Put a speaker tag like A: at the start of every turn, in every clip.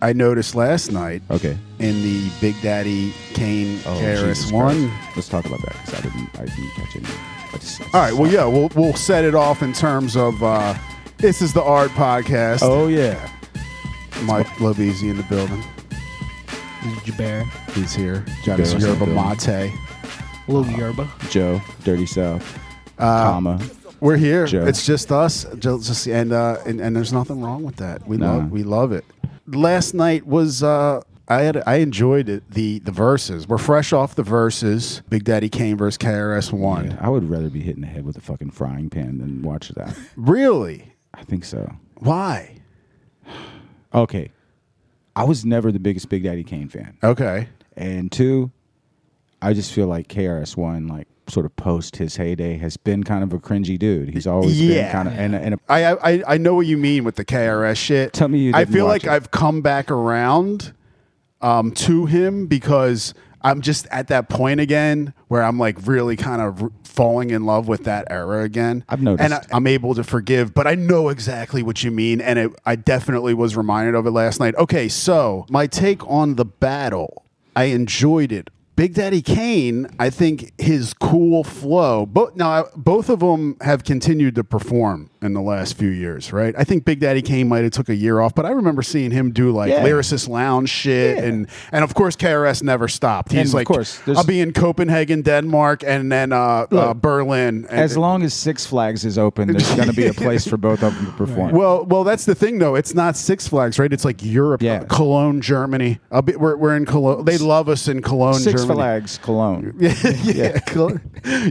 A: I noticed last night
B: Okay.
A: in the Big Daddy Kane
B: Oh, Jesus
A: KRS One.
B: Christ. Let's talk about that because I didn't, I didn't catch any. I just, I just
A: All right, well,
B: saw-
A: yeah, we'll we'll set it off in terms of uh, this is the Art Podcast.
B: Oh yeah.
A: Mike Lovezy in the building.
C: This is Jaber,
A: He's here. Johnny
B: Barrett's in the
A: Yerba
B: building.
A: Mate.
C: Lil
A: Uh-huh.
C: Yerba.
B: Joe, Dirty South,
A: Uh,
B: comma.
A: We're here.
B: Joe.
A: It's just us. Ju- Just and uh, and, and there's nothing wrong with that. We
B: Nah.
A: love we love it. Last night was uh, I had I enjoyed it. The the verses. We're fresh off the verses. Big Daddy Kane versus KRS One.
B: I would rather be hit in the head with a fucking frying pan than watch that.
A: Really?
B: I think so.
A: Why?
B: Okay. I was never the biggest Big Daddy Kane fan.
A: Okay.
B: And two, I just feel like KRS One, like sort of post his heyday, has been kind of a cringy dude. He's always
A: Yeah.
B: been kind of and, and a,
A: I, I I know what you mean with the KRS shit.
B: Tell me you
A: I
B: didn't
A: feel like
B: watch it.
A: I've come back around um, to him because I'm just at that point again where I'm like really kind of r- falling in love with that era again.
B: I've noticed.
A: and I, I'm able to forgive, but I know exactly what you mean, and it, I definitely was reminded of it last night. Okay, so my take on the battle, I enjoyed it. Big Daddy Kane, I think his cool flow. But now I- both of them have continued to perform in the last few years, right? I think Big Daddy Kane might have took a year off, but I remember seeing him do like
B: Yeah.
A: lyricist lounge shit,
B: Yeah.
A: and and of course KRS never stopped. He's
B: And of
A: like,
B: course, there's-
A: I'll be in Copenhagen, Denmark, and then uh, uh, Berlin. And,
B: as long as Six Flags is open, there's going to be a place for both of them to perform.
A: Well, well, that's the thing though. It's not Six Flags, right? It's like Europe,
B: Yeah.
A: Cologne, Germany. I'll be, we're, we're in Cologne. They love us in Cologne,
B: Six
A: Germany.
B: Flags Cologne.
A: yeah, Col-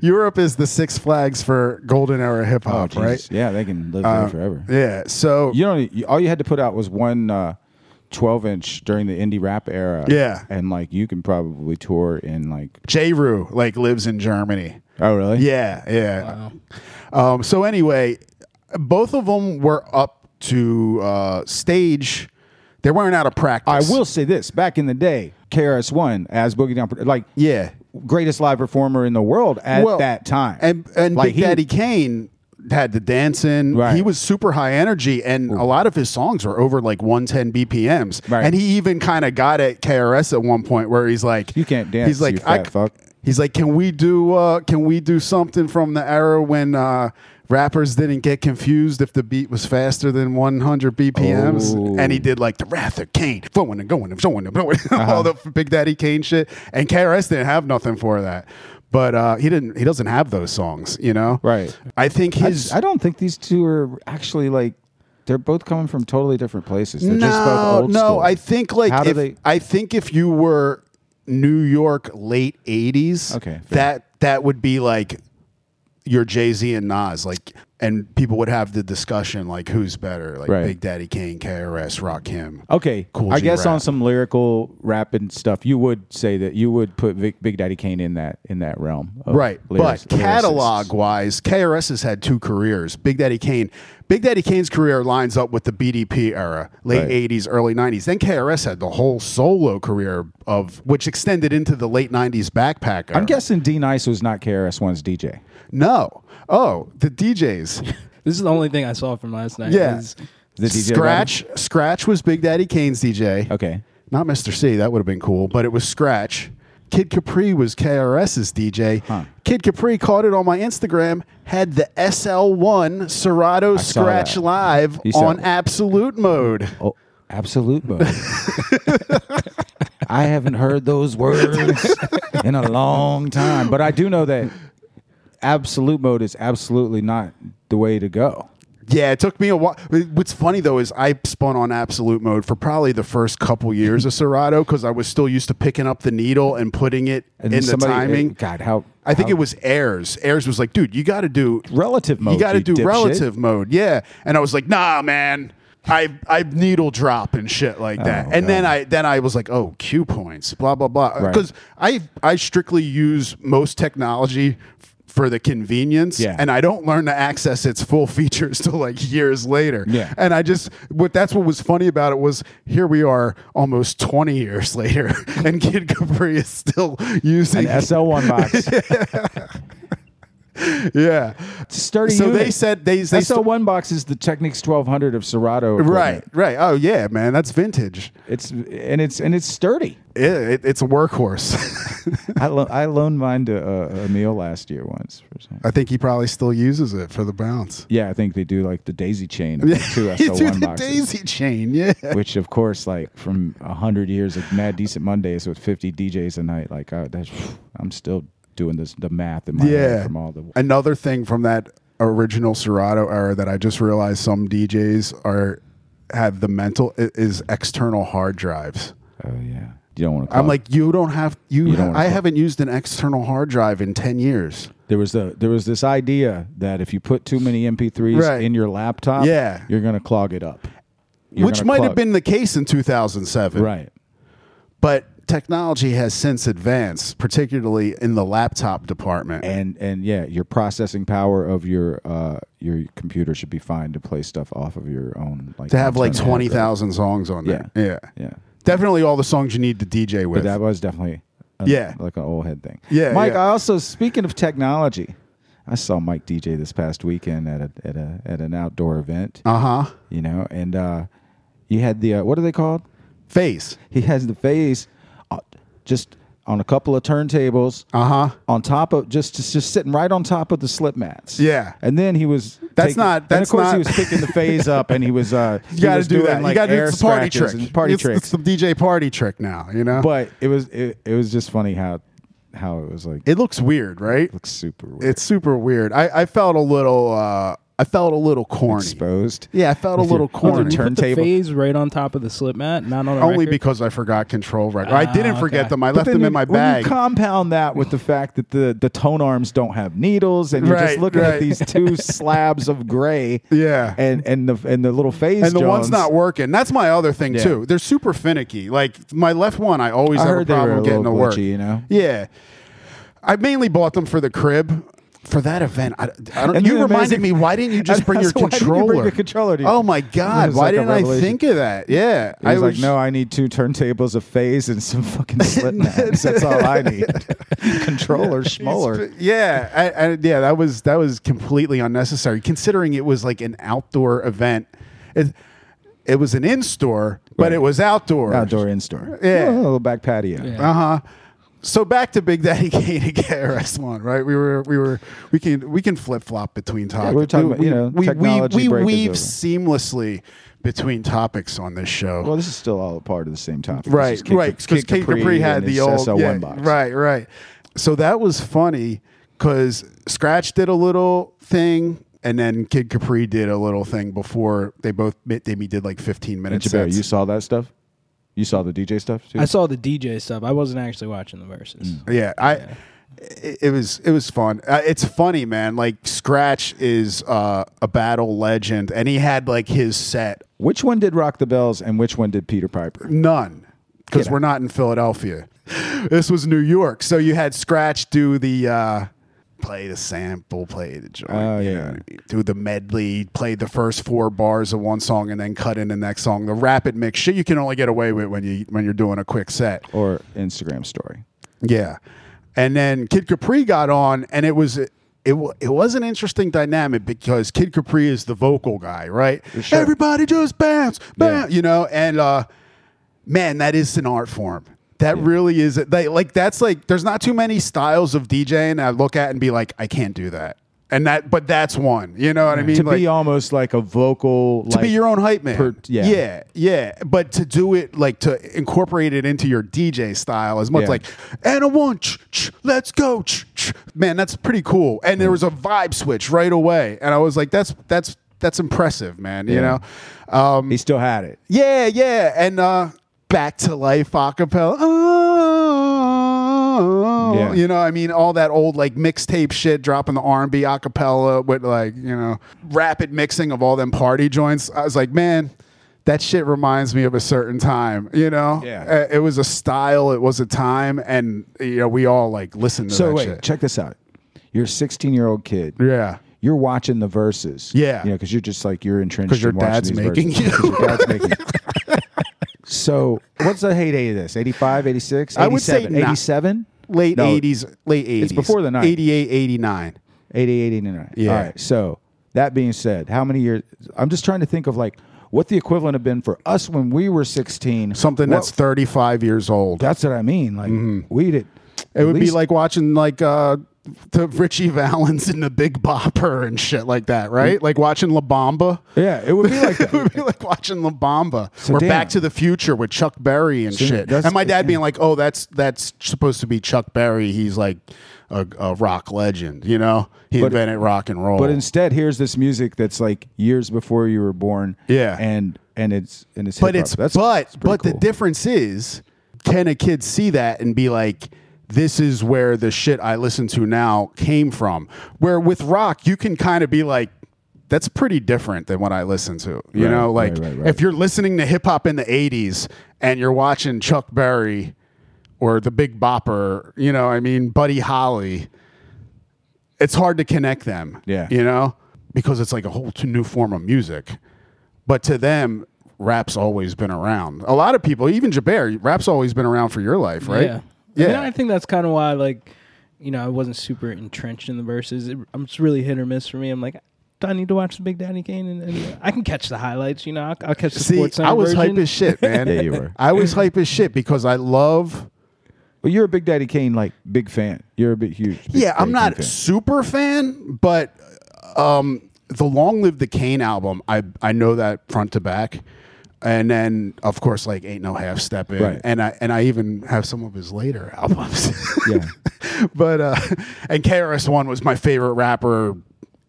A: Europe is the Six Flags for golden era hip
B: Oh,
A: hop,
B: Jesus.
A: right? Uh,
B: Yeah, they can live there forever.
A: Yeah. So
B: You don't. You, all you had to put out was one uh, 12 inch during the indie rap era.
A: Yeah.
B: and like you can probably tour in like.
A: J. Rue like lives in Germany.
B: Oh really?
A: Yeah, yeah. Um, so anyway, both of them were up to uh, stage. They weren't out of
B: I
A: practice.
B: will say this: back in the day, KRS One as Boogie Down, like
A: Yeah.
B: greatest live performer in the world at
A: Well,
B: that time.
A: And and
B: Like,
A: Big
B: he-
A: Daddy Kane had the dancing.
B: Right.
A: He was super high energy, and a lot of his songs were over like 110 BPMs.
B: Right.
A: And he even kind of got at KRS at one point where he's like,
B: You can't dance,
A: He's like,
B: you fat
A: c-
B: fuck."
A: He's like, can we do uh, can we do something from the era when uh, rappers didn't get confused if the beat was faster than 100 BPMs?
B: Oh.
A: And he did like the Wrath of Kane, flowing and going and showing and blowing, all
B: Uh-huh.
A: the Big Daddy Kane shit. And KRS didn't have nothing for that, but uh, he didn't. He doesn't have those songs, you know.
B: Right.
A: I think his.
B: I don't think these two are actually like. They're both coming from totally different places. They're just both old
A: no,
B: school.
A: I think like
B: How do
A: if,
B: they-
A: I think if you were New York late '80s,
B: Okay, fair.
A: that that would be like your Jay Z and Nas, like, and people would have the discussion like who's better, like
B: Right.
A: Big Daddy Kane, KRS, Rock Him.
B: Okay,
A: Cool
B: I
A: G
B: guess on
A: rap.
B: some lyrical rap and stuff, you would say that you would put Vic, Big Daddy Kane in that in that realm, of
A: Right,
B: lyrics-
A: but
B: lyricists.
A: catalog wise, KRS has had two careers. Big Daddy Kane, Big Daddy Kane's career lines up with the BDP era, late
B: Right.
A: '80s, early '90s. Then KRS had the whole solo career of which extended into the late '90s backpack. Era.
B: I'm guessing D Nice was not KRS One's DJ.
A: no. Oh, the DJs.
C: This is the only thing I saw from last night.
A: Yeah.
C: is-
B: The DJ
A: Scratch. Scratch was Big Daddy Kane's DJ.
B: Okay,
A: Not Mr. C. That would have been cool, but it was Scratch. Kid Capri was KRS's DJ.
B: Huh.
A: Kid Capri caught it on my Instagram. Had the SL1 Serato
B: saw
A: Scratch
B: that.
A: live
B: You saw
A: on
B: it.
A: absolute mode.
B: oh, absolute mode. I haven't heard those words in a long time, but I do know that absolute mode is absolutely not the way to go.
A: Yeah, it took me a while. What's funny though is I spun on absolute mode for probably the first couple years of Serato because I was still used to picking up the needle and putting it
B: And
A: in
B: somebody-
A: the timing.
B: God, how
A: I think
B: how-
A: it was Ayers. Ayers was like, dude, you got to do
B: Relative
A: You
B: mode,
A: got to
B: you
A: do
B: dipshit."
A: relative mode. Yeah. And I was like, nah, man. I I needle drop and shit like that.
B: Oh,
A: and then
B: God.
A: I then I was like, oh, cue points, blah blah blah.
B: Right.
A: Because I I strictly use most technology f- for the convenience,
B: Yeah.
A: and I don't learn to access its full features till like years later.
B: Yeah.
A: And I just what that's what was funny about it was here we are almost twenty years later, and Kid Capri is still using
B: an SL1 box.
A: yeah.
B: It's a sturdy
A: So
B: unit.
A: they said they they
B: SO one box is the Technics 1200 of Serato. equipment.
A: right right oh yeah man that's vintage.
B: It's and it's and it's sturdy.
A: It, it, it's a workhorse.
B: I lo- I loaned mine to uh, Emil last year once. For some.
A: I think he probably still uses it for the bounce.
B: Yeah, I think they do like the daisy chain of like, two
A: You do
B: SO1
A: the
B: boxes.
A: daisy chain. Yeah.
B: Which of course, like from hundred years of Mad Decent Mondays with fifty DJs a night, like I, that's, I'm still doing this the math in my head
A: Yeah.
B: from all the oh,
A: Another thing from that original Serato era that I just realized some DJs are have the mental i- is external hard drives.
B: Oh yeah, you don't want to.
A: I'm like, you don't have you.
B: You don't wanna
A: I
B: call-
A: haven't used an external hard drive in ten years.
B: there was the there was this idea that if you put too many MP3s
A: Right.
B: in your laptop,
A: Yeah.
B: you're gonna clog it up. You're
A: which
B: gonna
A: might have
B: clog-
A: been the case in 2007
B: right.
A: but technology has since advanced particularly in the laptop department
B: And and yeah, your processing power of your uh your computer should be fine to play stuff off of your own. Like
A: to have like
B: internal hard drive.
A: 20,000 songs on there yeah.
B: Yeah.
A: definitely all the songs you need to DJ
B: But
A: with
B: that was definitely a,
A: Yeah.
B: like an old head thing.
A: Yeah,
B: Mike.
A: yeah.
B: I also speaking of technology, I saw Mike DJ this past weekend at a at a at an outdoor event.
A: uh-huh
B: you know, and uh, you had the uh, what are they called?
A: face
B: He has the phase uh, just on a couple of turntables
A: uh-huh
B: on top of just, just just sitting right on top of the slip mats.
A: Yeah.
B: and then he was
A: That's
B: taking-
A: not-
B: and
A: that's
B: of course
A: not-
B: he was picking the phase up, and he was uh,
A: you got to
B: to
A: do that you got to do it's a party trick
B: party
A: it's,
B: tricks.
A: it's the DJ party trick now you know
B: but it was it, it was just funny how how it was like
A: it looks weird right
B: looks super weird.
A: it's super weird I, I felt a little uh I felt a little corny
B: exposed.
A: yeah I felt a
B: With your-
A: little
B: with your
A: corny
B: turn-
C: Put the
B: turntable.
C: phase right on top of the slip mat, not on the
A: only
C: record.
A: because I forgot control record I
C: Ah,
A: didn't
C: okay.
A: forget them I
B: But
A: left
B: then
A: them
B: you-
A: in my
B: when
A: bag
B: You compound that with the fact that the, the tone arms don't have needles, and you're
A: Right,
B: just looking
A: right.
B: at these two slabs of gray.
A: Yeah.
B: and and the and the little phase.
A: and the one's
B: Jones.
A: not working. That's my other thing
B: Yeah.
A: too. They're super finicky. Like my left one, I always
B: I
A: have a
B: heard they were
A: problem
B: a
A: getting
B: little
A: to work.
B: glitchy, you know?
A: Yeah, I mainly bought them for the crib. For that event, I, I don't.
B: And
A: you
B: then
A: reminded
B: amazing-
A: me. Why didn't you just bring your
B: Why didn't you
A: controller?
B: bring your controller, dude?
A: Oh my
B: It
A: god!
B: was
A: Why
B: like a
A: didn't I
B: revelation.
A: think of that? Yeah,
B: I was like, no, I need two turntables, a phase, and some fucking slit mats. That's all I need. Controller, schmoller.
A: Yeah, I, I, yeah, that was that was completely unnecessary considering it was like an outdoor event. It, it was an in-store, but
B: Right.
A: it was outdoor.
B: Outdoor in store.
A: Yeah.
B: a little back patio.
C: Yeah.
A: Uh huh. So back to Big Daddy Kane and KRS One, right? We were, we were, we can, we can flip flop between topics.
B: we were talking about, you know,
A: we,
B: technology
A: we, we
B: breakage
A: weave
B: over.
A: seamlessly between topics on this show.
B: Well, this is still all part of the same topic. This
A: right,
B: is Kid
A: right.
B: Cap-
A: Because Kid Capri, had
B: and
A: the
B: his
A: old,
B: SO1
A: yeah,
B: box.
A: right, right. So that was funny because Scratch did a little thing, and then Kid Capri did a little thing before they both they did like fifteen
B: And
A: minutes.
B: Jabir, you saw that stuff? You saw the DJ stuff too?
C: I saw the DJ stuff. I wasn't actually watching the verses.
A: Yeah, I. It, it was it was fun. Uh, it's funny, man. Like Scratch is uh, a battle legend, and he had like his set.
B: Which one did Rock the Bells and which one did Peter Piper?
A: None, because
B: Get
A: we're not in Philadelphia. This was New York, so you had Scratch do the uh, play the sample, play the joint,
B: Oh,
A: you know
B: yeah.
A: what I mean? do the medley, play the first four bars of one song, and then cut in the next song. The rapid mix shit you can only get away with when you when you're doing a quick set.
B: Or Instagram story?
A: Yeah, and then Kid Capri got on, and it was it wa- it was an interesting dynamic because Kid Capri is the vocal guy, right?
B: sure.
A: Everybody just bounce, bounce,
B: Yeah.
A: you know. And uh, man, that is an art form. That really is. They, like that's like there's not too many styles of DJing I look at and be like, I can't do that. And that, but that's one. You know what I mean?
B: To
A: Like-
B: be almost like a vocal.
A: to be your own hype man.
B: per- yeah.
A: yeah, yeah. But to do it like to incorporate it into your DJ style as much
B: Yeah.
A: like and a one, ch- ch- let's go, ch- ch." man. That's pretty cool. And there was a vibe switch right away, and I was like, that's that's that's impressive, man. You
B: Yeah.
A: know, um,
B: He still had it.
A: yeah, yeah. And uh, back to life acapella. Oh,
B: Yeah.
A: you know, I mean, all that old like mixtape shit, dropping the R and B acapella with like you know rapid mixing of all them party joints. I was like, man. That shit reminds me of a certain time, you know.
B: Yeah.
A: Uh, it was a style, it was a time, and you know we all like listened to
B: So
A: that
B: wait,
A: shit.
B: check this out. You're a 16 year old kid.
A: yeah,
B: You're watching the verses.
A: Yeah.
B: You know, because you're just like, you're entrenched.
A: 'Cause your
B: in watching
A: dad's
B: these
A: making
B: verses.
A: you.
B: 'Cause your dad's making you. So what's the heyday of this? 85, 86,
A: I would say
B: 87?
A: not-
B: 87?
A: late
B: No,
A: eighties, late eighties,
B: before the 90s.
A: 88, 89.
B: 88, 89.
A: Yeah.
B: All right. So that being said, how many years? I'm just trying to think of like what the equivalent have been for us when we were 16.
A: Something
B: What-
A: that's 35 years old.
B: that's what I mean. Like we did.
A: it would be like watching like uh the Richie Valens in the Big Bopper and shit like that, right? Like watching La Bamba.
B: yeah, it would be like
A: it
B: that.
A: would be like watching La Bamba or
B: damn.
A: Back to the Future with Chuck Berry and
B: So
A: shit.
B: that's-
A: And my dad being like, "Oh, that's that's supposed to be Chuck Berry. He's like a, a rock legend, you know. He
B: But-
A: invented rock and roll."
B: But instead, here's this music that's like years before you were born.
A: Yeah.
B: and and it's and it's
A: but
B: hip-hop.
A: it's
B: That's-
A: but
B: that's pretty
A: but the
B: cool.
A: difference is, can a kid see that and be like? This is where the shit I listen to now came from. Where with rock, you can kind of be like, that's pretty different than what I listen to. You
B: Right,
A: know, like
B: right, right, right.
A: if you're listening to hip hop in the 80s and you're watching Chuck Berry or the Big Bopper, you know, I mean, Buddy Holly, it's hard to connect them.
B: Yeah.
A: You know, because it's like a whole t- new form of music. But to them, rap's always been around. A lot of people, even Jaber, rap's always been around for your life, right?
C: Yeah. I, mean, I think that's kind of why, like, you know, I wasn't super entrenched in the verses. It, I'm just really hit or miss for me. I'm like, do I need to watch the Big Daddy Kane? And, and I can catch the highlights. You know, I'll, I'll catch the
A: See,
C: sports. Center
A: I was
C: version.
A: hype as shit, man.
B: Yeah, you were.
A: I was hype as shit because I love
B: Well, you're a Big Daddy Kane like big fan. You're a big huge. Big
A: yeah, I'm
B: Daddy
A: not
B: Kane fan.
A: super fan, but um, the Long Live the Kane album, I I know that front to back, and then of course like Ain't No Half Step in,
B: Right.
A: and I and I even have some of his later albums.
B: Yeah.
A: but uh, and KRS One was my favorite rapper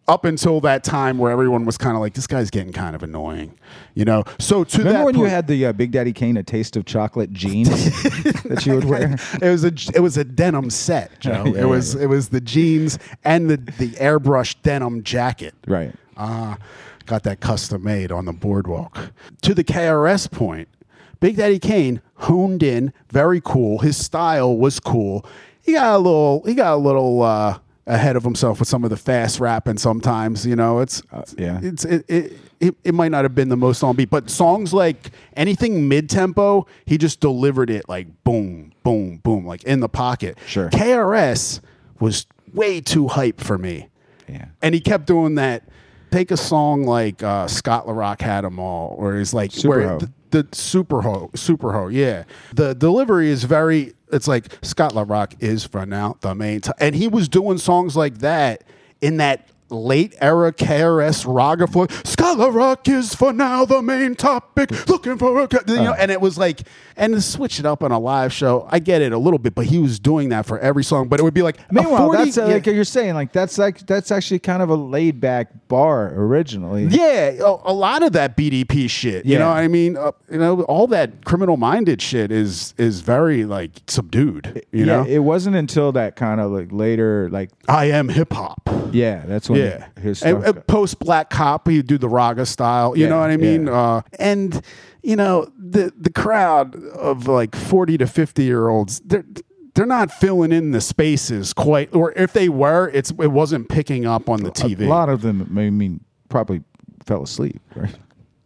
A: up until that time where everyone was kind of like this guy's getting kind of annoying, you know. So to
B: Remember
A: that
B: when you
A: point-
B: had the uh, Big Daddy Kane a taste of chocolate jeans that you would wear?
A: it was a it was a denim set, Joe.
B: Yeah,
A: it was it was the jeans and the the airbrushed denim jacket.
B: Right.
A: Uh, got that custom made on the boardwalk. To the KRS point, Big Daddy Kane honed in, very cool. His style was cool. He got a little he got a little uh, ahead of himself with some of the fast rapping sometimes, you know. It's
B: Uh, yeah.
A: It's it, it it it might not have been the most on beat, but songs like anything mid tempo, he just delivered it like boom, boom, boom, like in the pocket.
B: Sure.
A: KRS was way too hype for me.
B: Yeah.
A: And he kept doing that. Take a song like uh, Scott LaRock had them all, or it's like
B: Super
A: where
B: Ho.
A: the, the super ho, super ho, yeah. The delivery is very. It's like Scott LaRock is for now the main, t-. and he was doing songs like that in that late era KRS raga flow. Scott LaRock is for now the main topic. Looking for a, ca-" you
B: Uh.
A: know, and it was like, and to switch it up on a live show, I get it a little bit, but he was doing that for every song. But it would be like, a
B: Meanwhile,
A: 40
B: that's uh,
A: yeah.
B: like you're saying, like that's like that's actually kind of a laid back bar originally.
A: Yeah, a, a lot of that BDP shit. You
B: Yeah.
A: know, what I mean, uh, you know, all that criminal minded shit is is very like subdued. You
B: yeah,
A: know,
B: it wasn't until that kind of like later, like
A: I am hip hop.
B: yeah, that's when
A: Yeah,
B: his stuff.
A: and, uh, and
B: got-
A: post Black Cop, you do the Raga style. You
B: Yeah,
A: know what I mean?
B: yeah.
A: Uh, and you know the the crowd of like forty to fifty year olds, they're they're not filling in the spaces quite, or if they were, it's it wasn't picking up on the TV.
B: a lot of them, I mean, probably fell asleep. Right?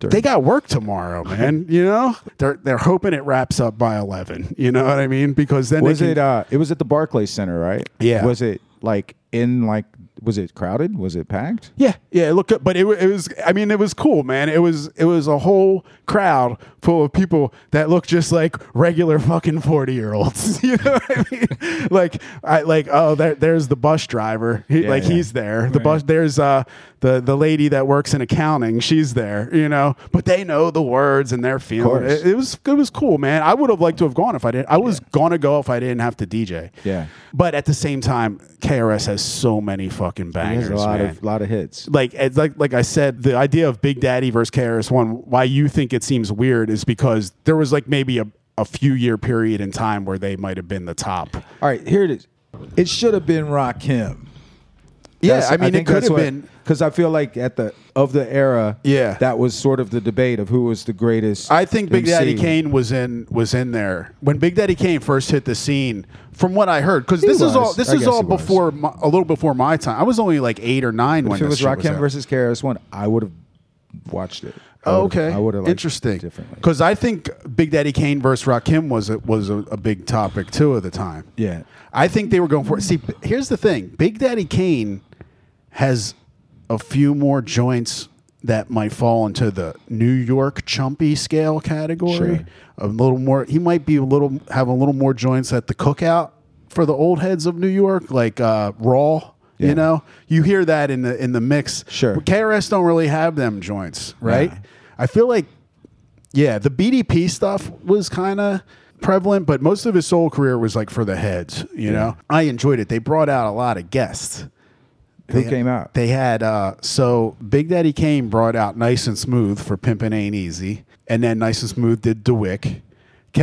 B: During-
A: they got work tomorrow, man. You know, they're they're hoping it wraps up by eleven. You know what I mean? Because then
B: was
A: they
B: it?
A: can,
B: Uh, it was at the Barclays Center, right?
A: Yeah.
B: Was it like in like? Was it crowded? Was it packed?
A: yeah, yeah. Look, up, but it, wa- it was. I mean, it was cool, man. It was it was a whole crowd full of people that looked just like regular fucking forty year olds. You know what I mean? like, I like oh, there, there's the bus driver. He,
B: Yeah,
A: like
B: yeah.
A: he's there. The bus. There's uh the the lady that works in accounting. She's there. You know, but they know the words and they're feeling.
B: course.
A: It, it was it was cool, man. I would have liked to have gone if I didn't. I was gonna go if I didn't have to DJ.
B: Yeah.
A: But at the same time, KRS has so many fucking bangers,
B: There's a lot
A: man.
B: of lot of hits.
A: like it's like like I said, the idea of Big Daddy versus KRS One. Why you think it seems weird is because there was like maybe a a few year period in time where they might have been the top.
B: All right, here it is.
D: It should have been Rakim.
A: I mean, it could have been-
B: because I feel like at the of the era,
A: Yeah.
B: that was sort of the debate of who was the greatest.
A: I think Big Daddy
B: MC.
A: Kane was in was in there when Big Daddy Kane first hit the scene. From what I heard, because
B: He
A: this
B: was.
A: is all this
B: I
A: is
B: guess
A: all
B: he was.
A: before my, a little before my time. I was only like eight or nine when
B: If it
A: this
B: was
A: shit
B: Rakim
A: out.
B: versus KRS One, I would have watched it. I
A: Oh,
B: would've-
A: okay.
B: I would have
A: interesting
B: differently.
A: because I think Big Daddy Kane versus Rakim was a, was a, a big topic too at the time.
B: Yeah.
A: I think they were going for it. See, b- here's the thing: Big Daddy Kane has a few more joints that might fall into the New York chumpy scale category.
D: Sure.
A: A little more. He might be a little have a little more joints at the cookout for the old heads of New York, like uh, Raw.
B: Yeah.
A: You know, you hear that in the in the mix.
B: Sure.
A: But KRS don't really have them joints, right? I feel like yeah, the BDP stuff was kind of prevalent, but most of his solo career was like for the heads, you know? I enjoyed it. They brought out a lot of guests.
B: Who
A: They-
B: came out?
A: They had, uh, so Big Daddy Kane brought out Nice and Smooth for Pimpin' Ain't Easy. And then Nice and Smooth did DeWick.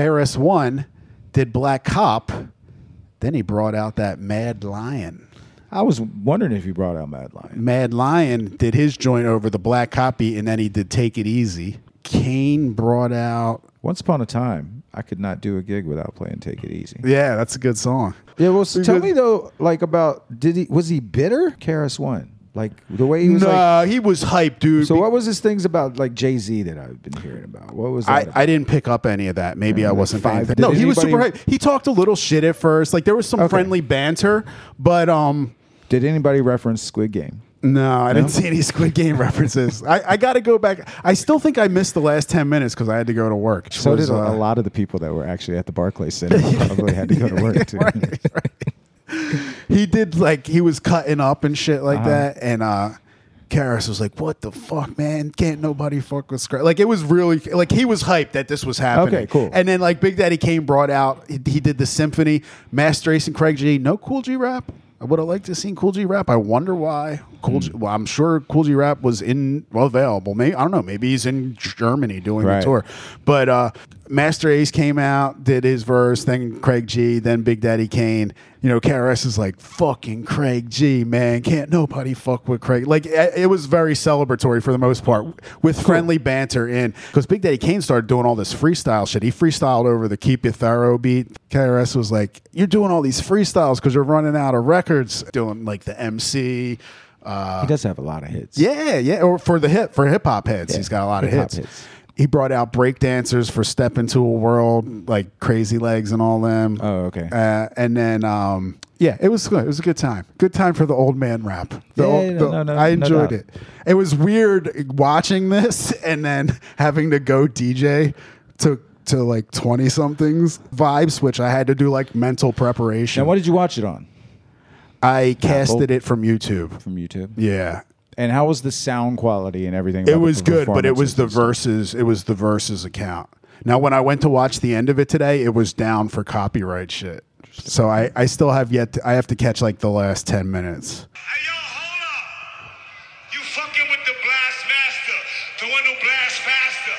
A: KRS1 did Black Cop. Then he brought out that Mad Lion.
B: I was wondering if you brought out Mad Lion.
A: Mad Lion did his joint over the Black Copy, and then he did Take It Easy. Kane brought out
B: Once upon a time, I could not do a gig without playing "Take It Easy."
A: Yeah, that's a good song.
B: Yeah, well, so tell
A: Because-
B: me though, like about did he was he bitter? Karis one, like the way he was like.
A: Nah, he was hyped, dude.
B: So what was his things about like Jay Z that I've been hearing about? What was that
A: I,
B: about?
A: I didn't pick up any of that. Maybe I wasn't. paying
B: five-
A: attention. no,
B: did
A: he was super
B: anybody-
A: hyped. He talked a little shit at first. Like there was some
B: Okay.
A: friendly banter, but um,
B: Did anybody reference Squid Game?
A: no, I didn't see any Squid Game references. I, I got to go back. I still think I missed the last ten minutes because I had to go to work. which
B: So
A: was,
B: did a,
A: uh,
B: a lot of the people that were actually at the Barclays Center. probably had to go to work too.
A: He did like he was cutting up and shit like
B: Uh-huh.
A: that, and uh. Karis was like, "What the fuck, man? Can't nobody fuck with Scratch?" Like it was really like he was hyped that this was happening.
B: Okay, cool.
A: And then like Big Daddy Kane brought out, he, he did the symphony. Master Ace and Craig G, no Cool G rap. I would have liked to seen Cool G rap. I wonder why. Cool
B: Hmm.
A: G, well, I'm sure Cool G rap was in well, available. Maybe I don't know. Maybe he's in Germany doing
B: Right.
A: the tour. But uh, Master Ace came out, did his verse, then Craig G, then Big Daddy Kane. You know, KRS is like fucking Craig G, man. Can't nobody fuck with Craig. Like i- it was very celebratory for the most part, with friendly banter in. Because Big Daddy Kane started doing all this freestyle shit. He freestyled over the Keep It Thorough beat. KRS was like, "You're doing all these freestyles because you're running out of records." Doing like the MC. Uh,
B: He does have a lot of hits.
A: yeah, yeah. Or for the hip for hip hop heads, he's got a lot of
B: hip-hop
A: hits.
B: hits.
A: He brought out break dancers for Step Into a World, like Crazy Legs and all them.
B: Oh, okay.
A: Uh, and then, um, yeah, it was good. It was a good time. Good time for the old man rap. The
B: Yeah,
A: old-
B: yeah,
A: the-
B: no, no,
A: I
B: no
A: enjoyed
B: doubt.
A: it. It was weird watching this and then having to go DJ to to like twenty somethings vibes, which I had to do like mental preparation.
B: Now, what did you watch it on
A: I casted it from YouTube.
B: from YouTube?
A: Yeah,
B: And how was the sound quality and everything?
A: it
B: about the
A: was good, but it was the
B: performances?
A: verses. It was the verses account. Now, when I went to watch the end of it today, it was down for copyright shit. So I, I still have yet. To, I have to catch like the last ten minutes.
E: Hey, yo, hold up. You fucking with the blast master, the one who blasts faster.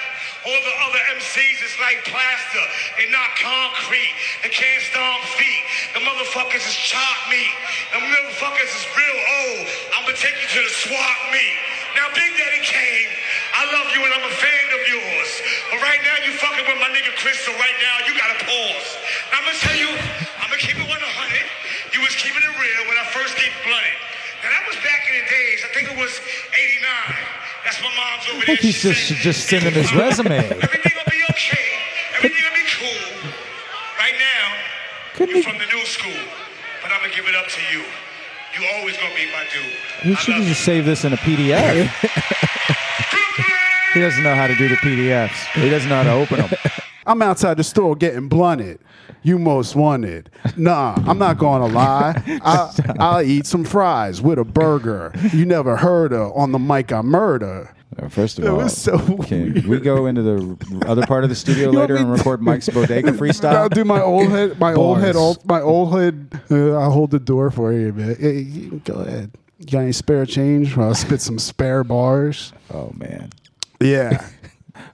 E: All the other MCs is like plaster. They not concrete. They can't stomp feet. The motherfuckers is chop meat. The motherfuckers is real old. I'ma take you to the swap meet. Now, Big Daddy Kane, I love you and I'm a fan of yours. But right now, you fucking with my nigga Chris, so right now, you gotta pause. Now, I'm gonna tell you, I'm gonna keep it 100. You was keeping it real when I first get blunted. And that was back in the days. I think it was 89. That's my mom's over there.
B: think he's
E: She
B: just-
E: said,
B: just sending his resume.
E: Everything will be okay. Everything will be cool. Right now,
B: Couldn't
E: you're
B: he-
E: from the new school. But I'm going to give it up to you. You always going to be my dude.
B: He
E: I
B: should
E: love
B: have just saved this in a PDF. he doesn't know how to do the PDFs. He doesn't know how to open them.
A: I'm outside the store getting blunted. You most wanted. Nah, I'm not gonna lie. I, I'll eat some fries with a burger. You never heard of on the mic I murder.
B: Uh, First of
A: That
B: all,
A: was so
B: can we go into the other part of the studio
A: want
B: later
A: me
B: and
A: to-
B: record Mike's Bodega
A: I'll
B: freestyle?
A: do my old head. My old head.
B: Bars.
A: Old, my old head. Uh, I'll hold the door for you, man. Hey, you- go ahead. You got any spare change? I'll spit some spare bars.
B: oh man,
A: Yeah.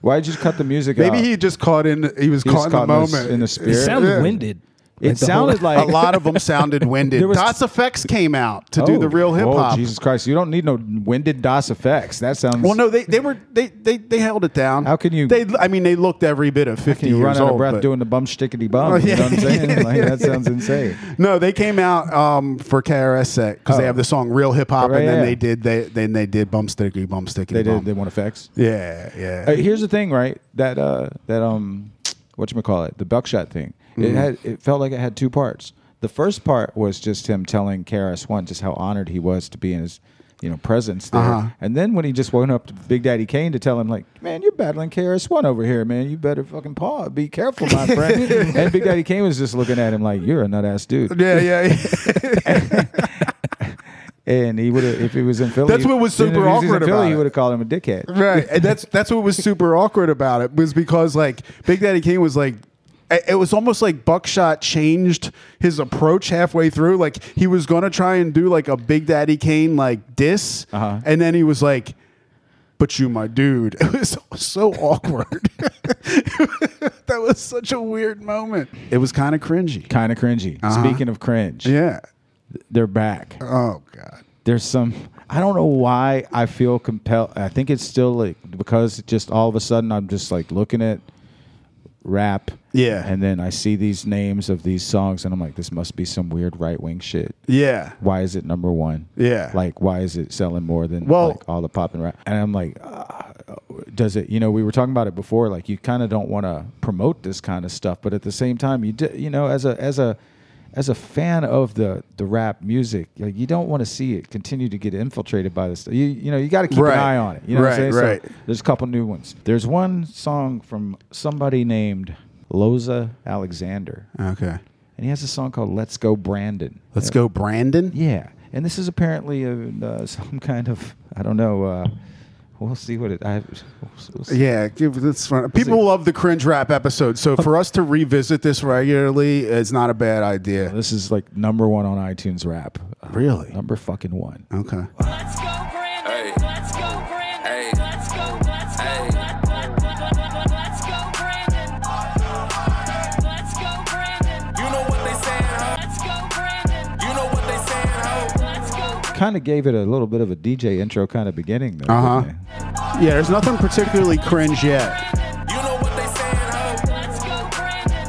B: why'd you cut the music?
A: Maybe
B: out?
A: he just caught in. He was
B: He was
A: caught in the
B: caught in the s-
A: moment.
B: in the
C: It
B: spirit.
C: sounded
A: Yeah.
C: winded.
B: It
C: Like the whole-
B: sounded like
A: a lot of them sounded winded.
B: There was-
A: Dots Effects came out to do
B: Oh,
A: the real hip
B: Oh
A: hop.
B: Jesus Christ! You don't need no winded DOS effects. That sounds
A: Well, no, they, they were they, they they held it down.
B: How can you-
A: They, I mean, they looked every bit of fifty
B: You
A: years
B: run out
A: old.
B: of breath
A: but-
B: doing the bum stickety bum.
A: Oh,
B: You
A: yeah.
B: know what I'm saying? Like, that sounds insane.
A: No, they came out um, for KRS set because they
B: Oh.
A: have the song "Real Hip Hop,"
B: Right,
A: and then
B: yeah.
A: they did they then they did "Bump Sticky Bump Sticky."
B: They did.
A: bump.
B: They want effects.
A: Yeah, yeah.
B: Uh, here's the thing, right? That uh, that um, what you call it? The buckshot thing. It
A: Mm-hmm.
B: had it felt like it had two parts. The first part was just him telling KRS One just how honored he was to be in his you know presence there.
A: Uh-huh.
B: And then when he just went up to Big Daddy Kane to tell him like, man, you're battling KRS One over here, man. You better fucking paw. Be careful, my friend. and Big Daddy Kane was just looking at him like, you're a nut ass dude.
A: Yeah, yeah. yeah.
B: And he would have if he was in Philly.
A: That's what was
B: then if
A: super
B: he was in
A: awkward
B: Philly,
A: about
B: He
A: it.
B: would have called him a dickhead.
A: right and that's that's what was super awkward about it was because like big daddy king was like it it was almost like buckshot changed his approach halfway through like he was gonna try and do like a big daddy kane like diss
B: Uh-huh.
A: and then he was like but you my dude it was so awkward that was such a weird moment it was kind of cringy
B: Kind of cringy. Speaking of cringe,
A: Uh-huh. yeah
B: they're back.
A: oh god
B: there's some I don't know why I feel compelled. I think it's still like because it just all of a sudden I'm just like looking at rap.
A: Yeah.
B: And then I see these names of these songs and I'm like, this must be some weird right wing shit.
A: yeah
B: Why is it number one?
A: Yeah.
B: Like, why is it selling more than
A: Well-
B: like all the pop and rap? And I'm like, ah, does it, you know, we were talking about it before, like you kind of don't want to promote this kind of stuff, but at the same time you do, you know, as a, as a, as a fan of the, the rap music, like you don't want to see it continue to get infiltrated by this. You you know you got to keep
A: Right.
B: an eye on it. You know what I'm
A: Right,
B: saying?
A: right.
B: So there's a couple new ones. There's one song from somebody named Loza Alexander,
A: okay
B: and he has a song called "Let's Go Brandon."
A: let's go brandon
B: Yeah, and this is apparently a, uh, some kind of I don't know. Uh, we'll see what it. I, we'll see.
A: Yeah, give this fun. People love the cringe rap episode, so for us to revisit this regularly, it's not a bad idea.
B: This is like number one on iTunes rap. Uh,
A: Really?
B: Number fucking one.
A: Okay.
F: Let's go, Brandon.
G: Hey.
F: Let's go, Brandon.
G: Hey.
F: Let's go, let's go.
G: Hey.
F: Let's go, Brandon. Let's go, Brandon.
G: You know what they saying, huh?
F: Let's go, Brandon.
G: You know what they saying, huh?
F: Let's go,
B: Kind of gave it a little bit of a DJ intro kind of beginning there.
A: Uh-huh.
B: didn't they?
A: Yeah, there's nothing particularly cringe yet.
G: You know what they saying, huh?
F: let's go, Brandon.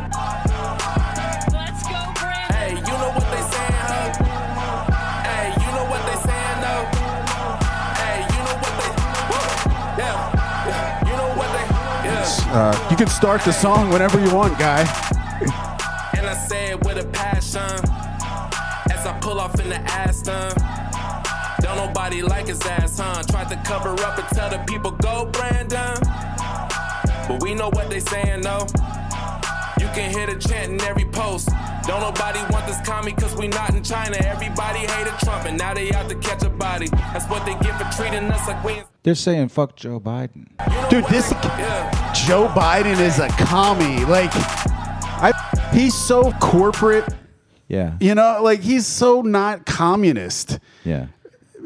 F: Let's go, Brandon.
G: Hey, you know what they saying, huh? Hey, you know what they saying, though. Hey, you know what they. Woo! Yeah. yeah. You know what they. Yeah.
A: Uh, you can start the song whenever you want, guy.
G: And I say it with a passion. As I pull off in the Aston. Don't nobody like his ass, huh? Tried to cover up and tell the people, go, Brandon. But we know what they saying, though. You can hear the chant in every post. Don't nobody want this commie cause we not in China. Everybody hated Trump and now they out to catch a body. That's what they get for treating us like we ain't.
B: They're saying fuck Joe Biden.
A: Dude, this
G: Yeah.
A: Joe Biden is a commie. Like, I he's so corporate.
B: Yeah.
A: You know, like he's so not communist.
B: Yeah.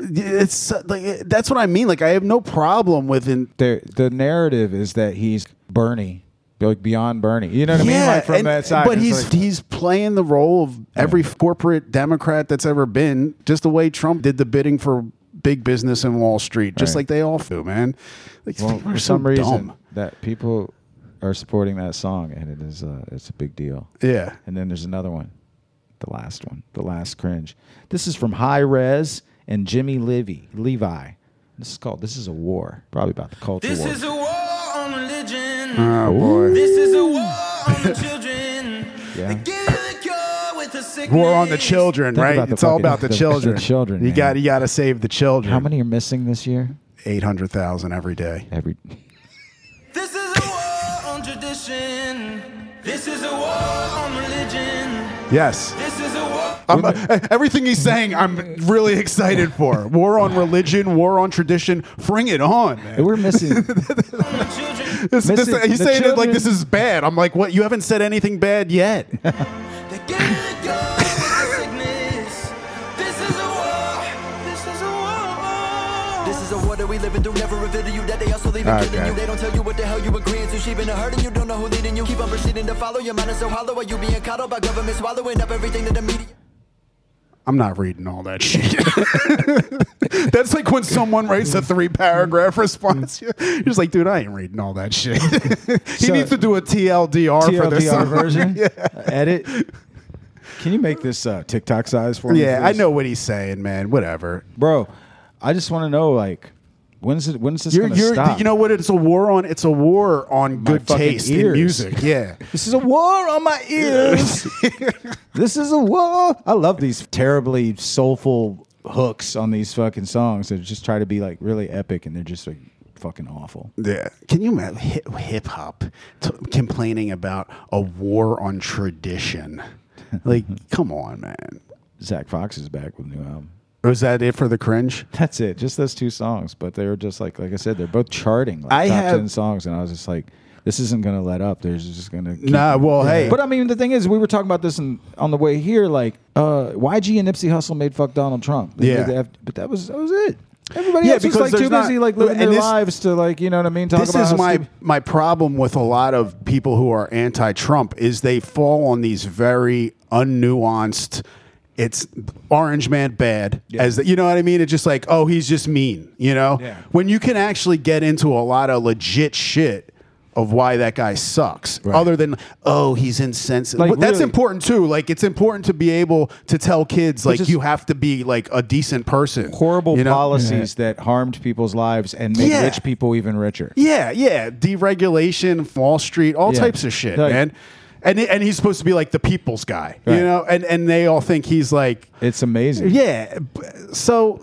A: It's uh, like that's what I mean. Like I have no problem with in,
B: The the narrative is that he's Bernie, like beyond Bernie. You know what I mean? Like from
A: and-
B: that side.
A: But
B: it's
A: he's
B: like-
A: he's playing the role of every corporate Democrat that's ever been, just the way Trump did the bidding for big business in Wall Street, just
B: Right.
A: like they all do, man. Like
B: Well,
A: people are
B: for
A: so
B: some reason
A: dumb.
B: that people are supporting that song, and it is uh, it's a big deal.
A: Yeah.
B: And then there's another one, the last one, the last cringe. This is from High Res and Jimmy Levy. Levi. This is called. This is a war. Probably about the culture
G: This
B: war.
G: is a war on religion.
A: Oh boy.
G: This is a war on the children.
B: Yeah.
G: They give you the cure with the sickness.
A: War on the children,
B: Think
A: right?
B: about the
A: it's all
B: fucking-
A: about the,
B: the- the
A: children.
B: children,
A: You
B: man.
A: got you got to save the children.
B: How many are missing this year?
A: Eight hundred thousand every day.
B: Every.
G: This is a war on tradition. This is a war on religion.
A: Yes.
G: This is a war.
A: I'm, uh, everything he's saying, I'm really excited for. War on religion, war on tradition. Bring it on, man.
B: We're missing.
G: Children,
A: This, this,
B: Missing-
A: he's
B: the
A: saying it like
B: children-
A: this is bad. I'm like, what? You haven't said anything bad yet.
G: they give you the cure with the sickness. This is a war. This is a war.
H: This is a war that we living through. Never reveal to you that they also leaving,
A: Okay.
H: killing you. They don't tell you what the hell you agreeing to. She been hurting you, don't know who leading you. Keep on proceeding to follow your mind is so hollow. While you being caught up by government swallowing up everything that the media.
A: I'm not reading all that shit. That's like when someone writes a three paragraph response. You're just like, dude, I ain't reading all that shit. he
B: Mm. So-
A: needs to do a TLDR, for this
B: TLDR
A: song.
B: version. Uh, Edit. Can you make this uh, TikTok size for me?
A: Yeah, I
B: please?
A: know what he's saying, man. Whatever.
B: bro. I just want to know, like, when's it? When's this
A: You're,
B: gonna
A: you're,
B: stop?
A: you know what? It's a war on. It's a war on
B: My
A: good
B: fucking
A: taste in
B: ears.
A: music. Yeah.
B: this is a war on my ears. this is a war. I love these terribly soulful hooks on these fucking songs that just try to be like really epic and they're just like fucking awful.
A: Yeah. Can you imagine hip hop t- complaining about a war on tradition? Like, come on, man.
B: Zach Fox is back with a new album.
A: Was that it for the cringe?
B: That's it. Just those two songs, but they were just like like I said, they're both charting like
A: I
B: top
A: have-
B: ten songs, and I was just like, this isn't gonna let up. There's just gonna keep-
A: Nah, well, hey.
B: But I mean, the thing is, we were talking about this in, on the way here. Like, uh, YG and Nipsey Hussle made fuck Donald Trump. They
A: Yeah.
B: did that, but that was that was it. Everybody
A: Yeah,
B: else was
A: because
B: like too
A: there's not-
B: busy like living
A: and
B: their
A: this-
B: lives to like you know what I mean. Talk
A: this
B: about
A: is
B: how
A: my
B: stupid-
A: my problem with a lot of people who are anti-Trump is they fall on these very unnuanced. It's orange man bad as the, you know what I mean. It's just like oh he's just mean you know.
B: Yeah.
A: When you can actually get into a lot of legit shit of why that guy sucks, other than oh he's insensitive.
B: Like,
A: But that's
B: really-
A: important too. Like it's important to be able to tell kids like
B: is-
A: you have to be like a decent person.
B: horrible
A: you know?
B: policies that harmed people's lives and made
A: Yeah.
B: rich people even richer.
A: Yeah, yeah, deregulation, Wall Street, all
B: Yeah.
A: types of shit,
B: Like-
A: man. And and he's supposed to be like the people's guy,
B: Right.
A: you know. And and they all think he's like,
B: It's amazing.
A: yeah. b- So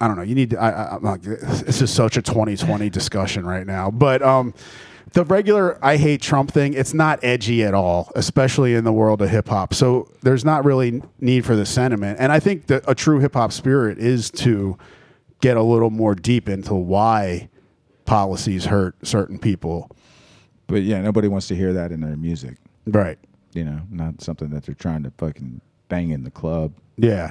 A: I don't know. You need. To, I, I, I'm not, this is such a 2020 discussion right now, but um. The regular I hate Trump thing, it's not edgy at all, especially in the world of hip hop. So there's not really need for the sentiment. And I think that a true hip hop spirit is to get a little more deep into why policies hurt certain people.
B: But yeah, nobody wants to hear that in their music.
A: Right.
B: You know, not something that they're trying to fucking bang in the club.
A: Yeah.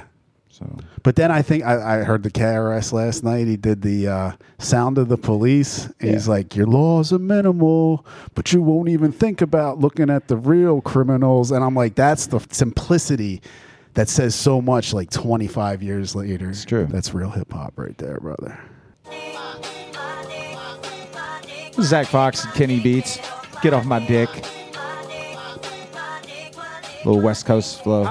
B: So
A: But then I think I, I heard the KRS last night. He did the uh, sound of the police. And He's
B: Yeah.
A: like, Your laws are minimal, but you won't even think about looking at the real criminals. And I'm like, That's the simplicity that says so much like 25 years later. It's
B: true.
A: That's real hip hop right there, brother.
B: Zach Fox and Kenny Beats, get off my dick. Little West Coast flow.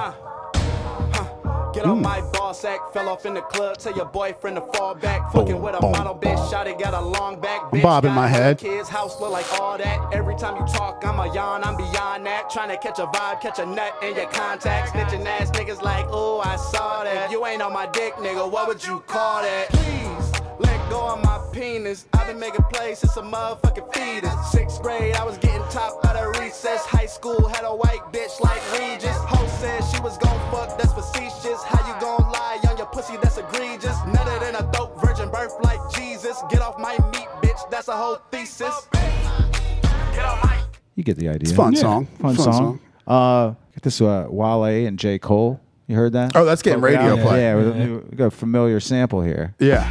G: Get on my ball sack, fell off in the club. Tell your boyfriend to fall back. Fucking with a
A: boom,
G: model bitch, shot it, got a long back. Bitch,
A: Bobbing
G: got
A: my
G: two
A: head.
G: Kids, house look like all that. Every time you talk, I'm a yawn, I'm beyond that. Trying to catch a vibe, catch a nut in your contacts. Snitching ass niggas like, ooh, I saw that. If you ain't on my dick, nigga, what would you call that? Please. Let go of my penis. I've been making plays since a motherfucking fetus. Sixth grade, I was getting top out of recess. High school had a white bitch like Regis. Ho said she was gon' fuck, that's facetious. How you gon' lie on your pussy, that's egregious. Nutter than a dope virgin birth like Jesus. Get off my meat, bitch, that's a whole thesis. Get off my
B: You get the idea. It's
A: fun song.
B: Fun,
A: Fun
B: song. Uh, get this uh, Wale and J. Cole. You heard that?
A: Oh, that's getting radio
B: yeah,
A: play.
B: Yeah, with a new, we got a familiar sample here.
A: Yeah.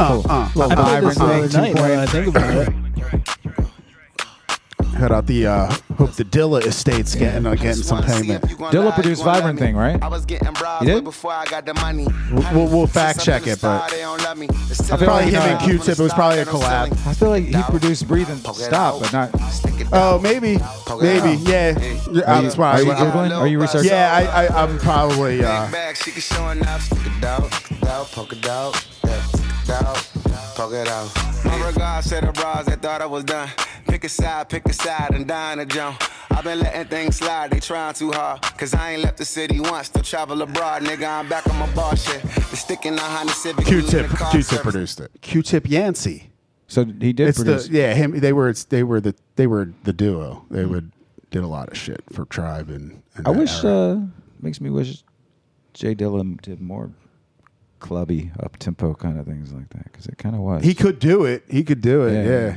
A: Uh, uh,
B: Little
C: I played
B: vibrant
C: this the other
B: thing,
C: night. Now that I
B: 2.8.
C: think about it.
A: Head out the uh, hope the Dilla Estate's getting uh, getting some payment.
B: Dilla produced Vibrant Thing, right?
I: I was getting bribes
B: He did?
I: way before I got the money.
A: We'll- we'll- we'll fact check it, but-
B: Probably
I: probably
B: him and
A: Q-Tip, it was probably a collab.
B: I feel like he produced Breathe and Stop, but not.
A: Oh, maybe, maybe, yeah. Yeah,
B: Are you,
A: that's why I
B: are you
A: went- I'm-
B: Googling? Are you researching?
A: Yeah, I, I, I'm probably. Uh,
I: Back, she can show enough. Stick it out, stick it out, poke it out, yeah, stick it out, poke it out. My regards to the bras that thought I was done. Pick a side, pick a side, and dine a jump. I've been letting things slide, they trying too hard. Cause I ain't left the city once to travel abroad, nigga. I'm back on my bar shit. The stick in the Honda Civic.
A: Q-Tip,
I: leaving the car
A: Q-Tip
I: service.
A: produced it. Q-Tip Yancey.
B: So he did
A: It's
B: produce.
A: the yeah him. They were it's they were the they were the duo. They would did a lot of shit for Tribe and. and
B: I
A: that
B: wish.
A: era.
B: Uh, makes me wish Jay Dillon did more clubby, up tempo kind of things like that because it kind of was.
A: he could do it. He could do it.
B: Yeah.
A: uh, Yeah.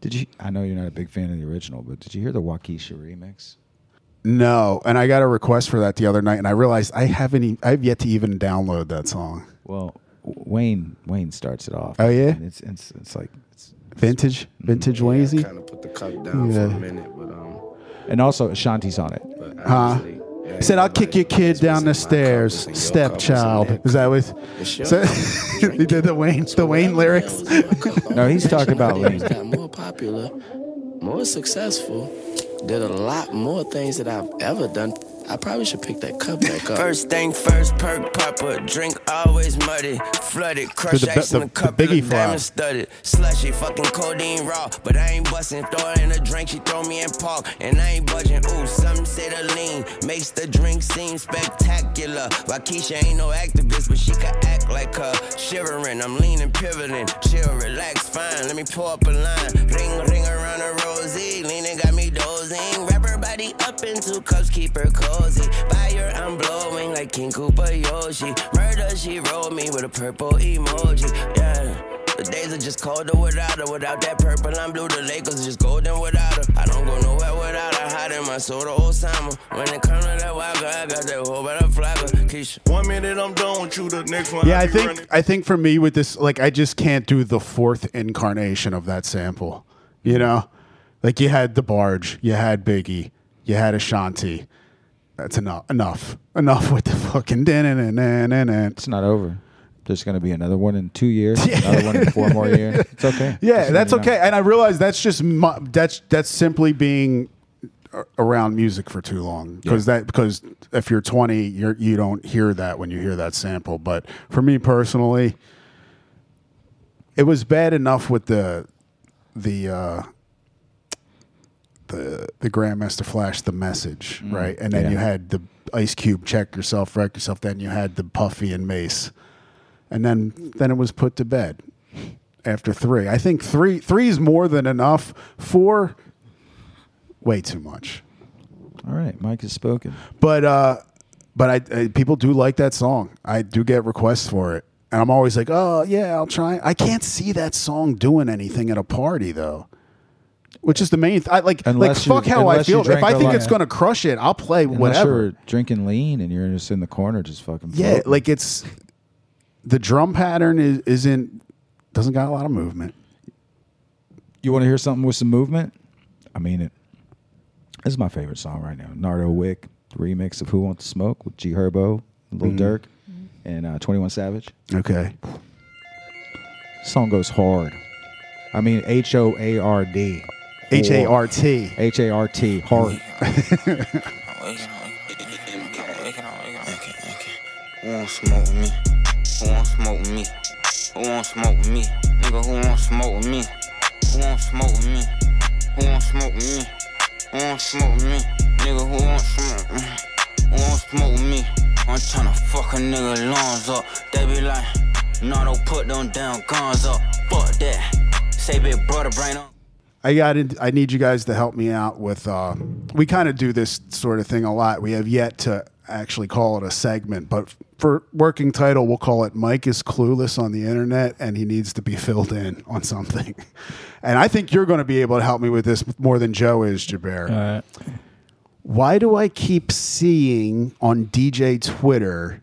B: did you? I know you're not a big fan of the original, but did you hear the Waukesha remix?
A: No, and I got a request for that the other night, and I realized I haven't. e- I've yet to even download that song.
B: Well, W- Wayne Wayne starts it off.
A: Oh, yeah?
B: and it's it's, it's like, it's,
A: Vintage, vintage Wayzy.
J: Kind of put the cup down for
A: Yeah.
J: a minute, but um,
B: and also Ashanti's on it.
J: but
A: Huh?
J: obviously,
A: He Said I'll kick your kid
J: everybody's
A: down the
J: business is my cup,
A: stairs,
J: it's in your cup, it's in their
A: stepchild. Is that what?
J: It's your
A: So,
J: cup.
A: he did the Wayne, the Wayne lyrics.
B: No, he's talking about
J: things
B: Lane.
J: got more popular, more successful, did a lot more things that I've ever done.
K: I probably should pick that cup back up.
L: First thing first, perk popper. Drink always muddy, flooded. Crush
K: Dude, the
L: ice
K: be-
L: in a
K: the- the
L: cup,
K: Biggie
L: look diamond
K: fly.
L: studded. Slushy, fucking codeine raw. But I ain't busting, throw it in a drink. She throw me in park, and I ain't budging. Ooh, some say the lean makes the drink seem spectacular. Why Keisha ain't no activist, but she can act like her. Shivering, I'm leaning, pivoting. Chill, relax, fine. Let me pull up a line. Ring, ring around a rosy. Leaning got me dozing. Wrap her body up in two cups, keep her cozy. Fire, I'm blowing like King Koopa Yoshi. Murder, she rolled me with a purple emoji. Yeah. The days are just colder without her. Without that purple and blue, the Lakers just golden without her. I don't go nowhere without her. Hiding my soul to Osama. When it comes to that waka, I got that whole by the flagger. Keisha. One minute I'm done with you, the next one.
A: Yeah, I
L: be
A: think I think for me with this, like, I just can't do the fourth incarnation of that sample. You know, like you had the barge, you had Biggie, you had Ashanti. That's enough. Enough. Enough with the fucking. It's
B: not over. There's going to be another one in two years, another one in four more years. It's okay.
A: Yeah,
B: Just
A: that's
B: let it
A: okay. And I realize that's just my, that's that's simply being a- around music for too long because that because if you're 20, you're you don't hear that when you hear that sample. But for me personally, it was bad enough with the the uh, the the Grandmaster Flash, the message,
M: Mm,
A: right? And then
M: yeah.
A: you had the Ice Cube, check yourself, wreck yourself. Then you had the Puffy and Mace, and then then it was put to bed after three. I think three three is more than enough. Four, way too much.
B: All right, Mike has spoken.
A: But uh, but I, I people do like that song. I do get requests for it, and I'm always like, oh yeah, I'll try. I can't see that song doing anything at a party though. Which is the main th- I, like
B: Unless you-
A: like fuck how I
B: unless you
A: feel. If
B: drank
A: I
B: a
A: think
B: lot.
A: it's gonna crush it, I'll play
B: Unless
A: whatever.
B: you're drinking lean and you're just in the corner, just fucking.
A: Yeah,
B: floating.
A: like it's the drum pattern is isn't doesn't got a lot of movement.
B: You want to hear something with some movement? I mean it. This is my favorite song right now. Nardo Wick remix of Who Wants to Smoke with G Herbo, Lil
A: Mhm.
B: Durk, and uh, Twenty One Savage.
A: Okay.
B: Song goes hard. I mean H O A R D.
A: H A R T.
B: H A R T. Hard.
N: Who won't smoke with me? Who won't smoke with me? Who won't smoke with me? Nigga, who won't smoke with me? Who won't smoke with me? Who won't smoke with me? Who won't smoke with me? Nigga, who won't smoke with me? Who won't smoke with me? I'm tryna fuck a nigga lungs up. They be like, no, don't put them down guns up. Fuck that. Say big brother brain up.
A: I got. In, I need you guys to help me out with. Uh, we kind of do this sort of thing a lot. We have yet to actually call it a segment, but for working title, we'll call it "Mike is clueless on the internet and he needs to be filled in on something." And I think you're going to be able to help me with this more than Joe is, Jaber. Why do I keep seeing on DJ Twitter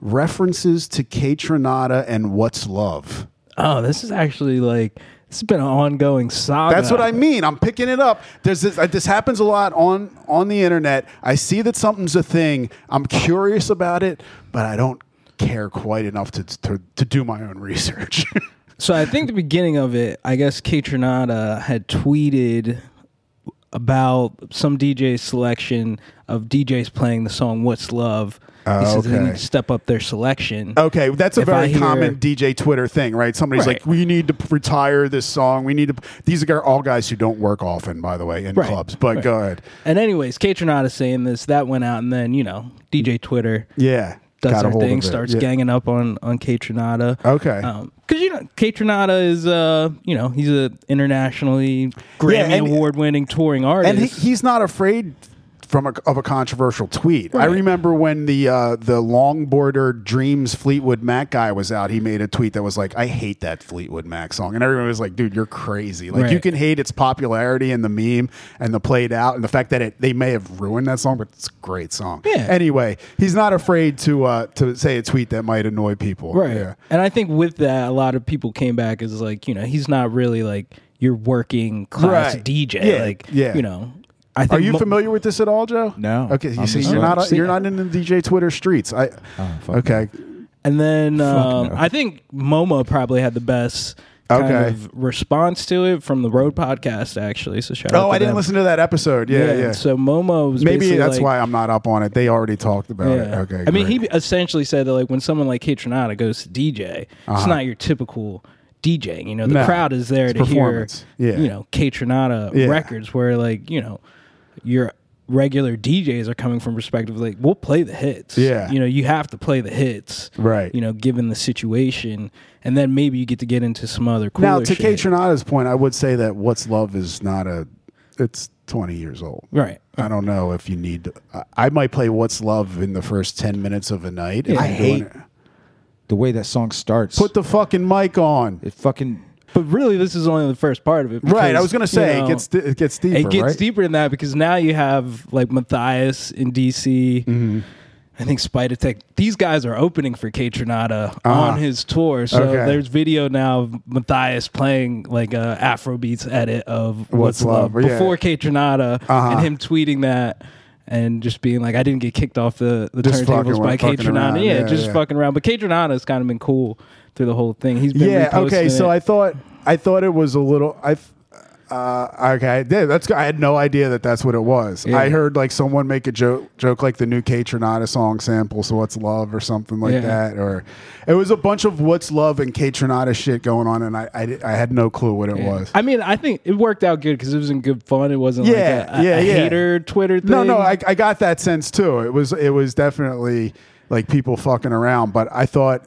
A: references to Catronata and What's Love?
C: Oh, this is actually like this has been an ongoing saga.
A: That's what I mean. I'm picking it up. There's this, uh, this happens a lot on on the internet. I see that something's a thing. I'm curious about it, but I don't care quite enough to to, to do my own research.
C: So I think the beginning of it, I guess Catronata had tweeted about some DJ selection of DJs playing the song "What's Love."
A: Oh,
C: he says they
A: okay. Oh.
C: need to step up their selection.
A: okay, that's a
C: If I
A: very
C: hear-
A: common DJ Twitter thing, right? Somebody's
C: Right.
A: like, "We need to p- retire this song. We need to." p-" These are all guys who don't work often, by the way, in
C: Right.
A: clubs. But
C: Right.
A: go ahead.
C: And anyways, Catronata saying this, that went out, and then you know DJ Twitter,
A: Yeah,
C: does
A: got a
C: her
A: hold
C: thing,
A: of it.
C: starts
A: Yeah.
C: ganging up on on Catronata.
A: Okay,
C: because you know Catronata is uh you know he's a internationally Grammy
A: and-
C: award winning touring artist.
A: And he, he's not afraid from a, of a controversial tweet. I remember when the uh, the longboarder Dreams Fleetwood Mac guy was out, he made a tweet that was like, "I hate that Fleetwood Mac song," and everyone was like, "Dude, you're crazy! Like you
M: Right.
A: can hate its popularity and the meme and the played out and the fact that it they may have ruined that song, but it's a great song." Yeah. Anyway, he's not afraid to uh, to say a tweet that might annoy people.
C: Right.
A: Yeah.
C: And I think with that, a lot of people came back as like, you know, he's not really like your working class
A: Right.
C: DJ.
A: Yeah.
C: Like,
A: Yeah.
C: you know, I think
A: Are you
C: mo-
A: familiar with this at all, Joe?
B: No.
A: Okay, you
C: I'm
A: see,
C: just Oh,
A: you're
C: not-
A: not you're not in the DJ Twitter streets. I okay.
C: And then
A: Fuck
C: um,
A: no.
C: I think MoMA probably had the best kind
A: Okay.
C: of response to it from the Road podcast, actually. So shout out.
A: Oh, I didn't listen to that episode. Yeah, yeah.
C: So Momo was
A: maybe
C: basically
A: that's
C: like-
A: why I'm not up on it. They already talked about
C: Yeah.
A: it. Okay,
C: I mean, he essentially said that like when someone like Catronata goes to DJ,
A: Uh-huh.
C: it's not your typical DJ. You know, the
A: No.
C: crowd is there
A: It's
C: to hear
A: performance. Yeah.
C: you know Catronata
A: Yeah.
C: records, where like you know your regular DJs are coming from perspective like we'll play the hits.
A: Yeah.
C: you know you have to play the hits,
A: Right.
C: You know, given the situation, and then maybe you get to get into some other cooler
A: now to
C: shit.
A: Kate Trinata's point, I would say that "What's Love" is not a. It's 20 years old.
C: Right.
A: I don't know if you need. To, I I might play "What's Love" in the first 10 minutes of a night. if
B: I
A: I'm doing
B: hate the way that song starts.
A: Put the fucking mic on.
B: It fucking.
C: But really, this is only the first part of it.
A: Right, I
C: because,
A: was gonna
C: you
A: say, it
C: know,
A: gets di- it gets deeper,
C: It gets
A: right?
C: deeper than that because now you have like Matthias in DC.
A: Mm-hmm.
C: I think Spider Tech. These guys are opening for K Tronada
A: Ah.
C: on his tour, so
A: Okay.
C: there's video now of Matthias playing like a Afrobeats edit of
A: What's
C: What's, Love,
A: Love, yeah.
C: before K Tronada
A: Uh-huh.
C: and him tweeting that. And just being like, I didn't get kicked off the, the
A: Just fucking
C: turntables
A: wa-
C: by K
A: fucking around.
C: Tronada. Yeah,
A: Yeah,
C: just
A: yeah.
C: fucking around. But K Tronada's kind of been cool through the whole thing. He's been
A: yeah. Okay.
C: reposting
A: So
C: it.
A: I thought I thought it was a little. I. th- Uh, okay, yeah, that's. I had no idea that that's what it was.
C: Yeah.
A: I heard like someone make a joke, joke like the new K Tronada song sample, "So What's Love" or something like
C: Yeah.
A: that, or it was a bunch of "What's Love" and K Tronada shit going on, and I, I, di- I had no clue what it
C: Yeah.
A: was.
C: I mean, I think it worked out good because it was in good fun. It wasn't
A: Yeah,
C: like a, a,
A: yeah,
C: a
A: yeah.
C: hater Twitter thing.
A: No, no, I, I got that sense too. It was it was definitely like people fucking around, but I thought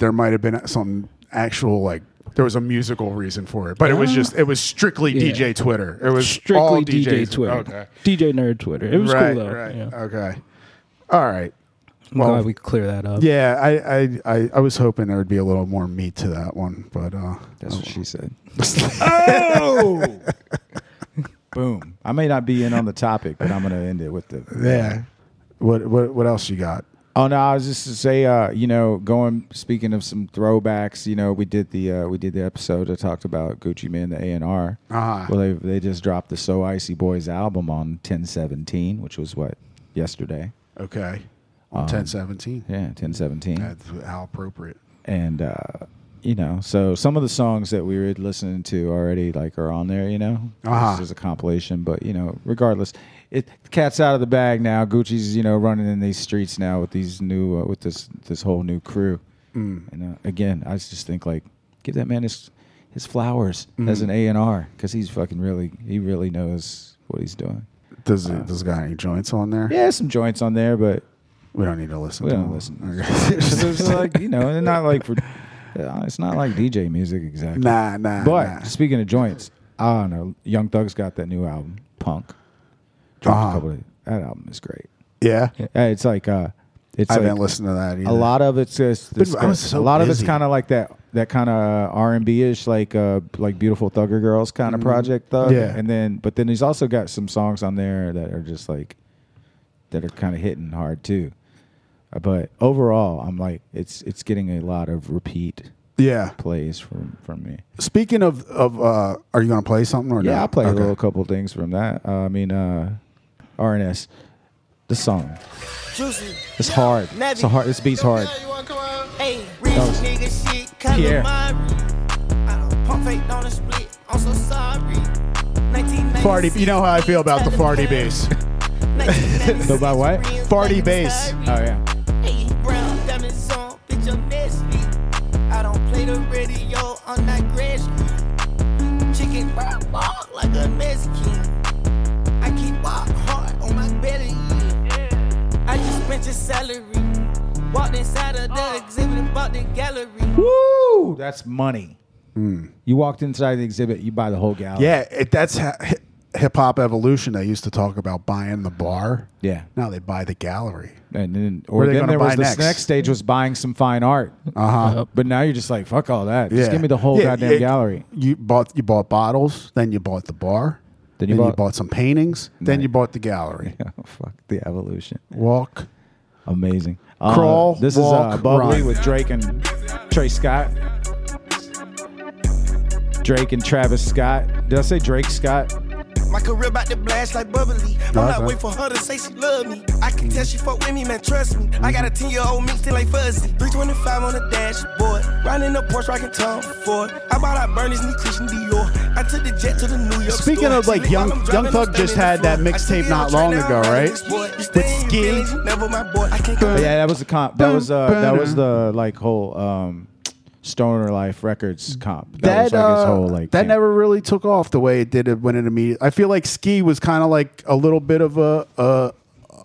A: there might have been some actual like there was a musical reason for it, but it was
C: Uh,
A: just it was strictly
C: yeah.
A: DJ Twitter. It was
C: strictly
A: all
C: DJ
A: DJs.
C: Twitter,
A: Okay.
C: DJ nerd Twitter. It was
A: Right,
C: cool though.
A: right.
C: Yeah.
A: Okay. All right.
C: I'm
A: Well,
C: glad we clear that up.
A: Yeah, I, I, I, I was hoping there would be a little more meat to that one, but uh, that's what
B: she said.
A: oh,
B: Boom. I may not be in on the topic, but I'm gonna end it with the
A: yeah. What what what else you got?
B: Oh no, I was just to say, uh, you know, going speaking of some throwbacks, you know, we did the uh, we did the episode that talked about Gucci Mane, the A and R.
A: Uh-huh.
B: Well, they they just dropped the So Icy Boys album on ten seventeen, which was what yesterday.
A: Okay.
B: Um,
A: Ten seventeen.
B: Yeah, ten seventeen.
A: That's how appropriate.
B: and uh, you know, so some of the songs that we were listening to already like are on there. You know,
A: Uh-huh.
B: this is a compilation, but you know, regardless, it the cat's out of the bag now. Gucci's you know running in these streets now with these new uh, with this this whole new crew.
A: Mm.
B: And uh, again, I just think like give that man his his flowers
A: Mm.
B: as an A and R because he's fucking really he really knows what he's doing.
A: Does it, does it got any joints on there?
B: Uh, Yeah, some joints on there, but
A: We don't need to listen.
B: we
A: to
B: don't
A: them.
B: listen.
A: Oh, Okay.
B: 'Cause it's like you know, they're not like for, uh, it's not like DJ music exactly.
A: Nah, nah,
B: But
A: nah.
B: speaking of joints, I don't know. Young Thug's got that new album, Punk. Dropped
A: Uh-huh.
B: a couple of, that album is great.
A: Yeah,
B: Uh, It's like uh, it's
A: I
B: like
A: haven't listened to that. Either.
B: a lot of it's just
A: Been-
B: it's
A: I
B: got-
A: was so
B: a lot of it's
A: busy.
B: kind of like that that kind of R and B ish like uh like beautiful thugger girls kind of
A: Mhm.
B: project thug.
A: Yeah.
B: And then but then he's also got some songs on there that are just like that are kind of hitting hard too. Uh, But overall, I'm like it's it's getting a lot of repeat
A: Yeah.
B: plays from from me.
A: Speaking of of, uh, are you going to play something or
B: Yeah,
A: no?
B: I'll play
A: Okay.
B: a little couple things from that. Uh, I mean, uh, RNS, the song.
M: Juicy.
B: It's hard. It's a hard. This beat's hard.
M: Hey,
B: That was-
M: nigga shit, color
B: Pierre.
M: my I don't pump fake on a split. I'm so sorry. 1996.
A: Farty, you know how I feel about the farty bass.
B: So by what?
A: Farty bass.
B: Oh yeah.
M: Hey, brown diamonds on, bitch, I'm nasty. I don't play the radio, I'm not grassy. Chicken brown walk like a Mexican. I keep walk hard on my belly. yeah. I just spent your salary. Walked inside of
F: Uh.
M: the exhibit and bought the gallery.
B: Woo! That's money. You walked inside the exhibit. You buy the whole gallery.
A: Hmm. Yeah, it, that's ha- hip hop evolution. They used to talk about buying the bar.
B: Yeah.
A: Now they buy the gallery.
B: And then,
A: Where
B: or
A: they
B: then
A: gonna
B: there was
A: buy
B: this
A: next?
B: next? stage was buying some fine art.
A: Uh-huh.
B: But now you're just like, fuck all that. Just give me the whole
A: Yeah,
B: goddamn
A: it-
B: gallery.
A: You bought you bought bottles, then you bought the bar,
B: Then you bought-
A: some paintings, then you bought the gallery.
B: fuck the evolution.
A: Walk,
B: Amazing.
A: Crawl,
B: This is
A: walk,
B: uh, Bubbly
A: run.
B: with Drake and Trey Scott. Drake and Travis Scott. Did I say Drake Scott?
M: My career about to blast like bubbly. I'm
O: Nah,
M: not
O: man.
M: waiting for her to say she love me. I can tell she fuck with me, man, trust me. I
A: Mm-hmm.
M: got a 10 year old mixed in like fuzzy. 325 on the dashboard. Riding the Porsche, rocking Tom Ford. I bought out Bernie's new Christian Dior. I took the jet to the New York
A: Speaking
M: store.
A: of like
M: She
A: young
M: lick while I'm
A: Young
M: driving,
A: Thug
M: I'm
A: just
M: standing
A: had that
M: in the front. I
A: mixtape
M: see
A: not
M: you on
A: long
M: the
A: ago,
M: train, I'm
A: right?
M: riding this boy. You
A: With
M: stay in
A: Ski.
M: Village, you never my boy. I can't
B: But yeah, that was the comp. That was uh, that was the like whole um, stoner life records comp. That, was like his
A: uh,
B: whole like
A: that never really took off the way it did it when it immediately. I feel like Ski was kind of like a little bit of a, a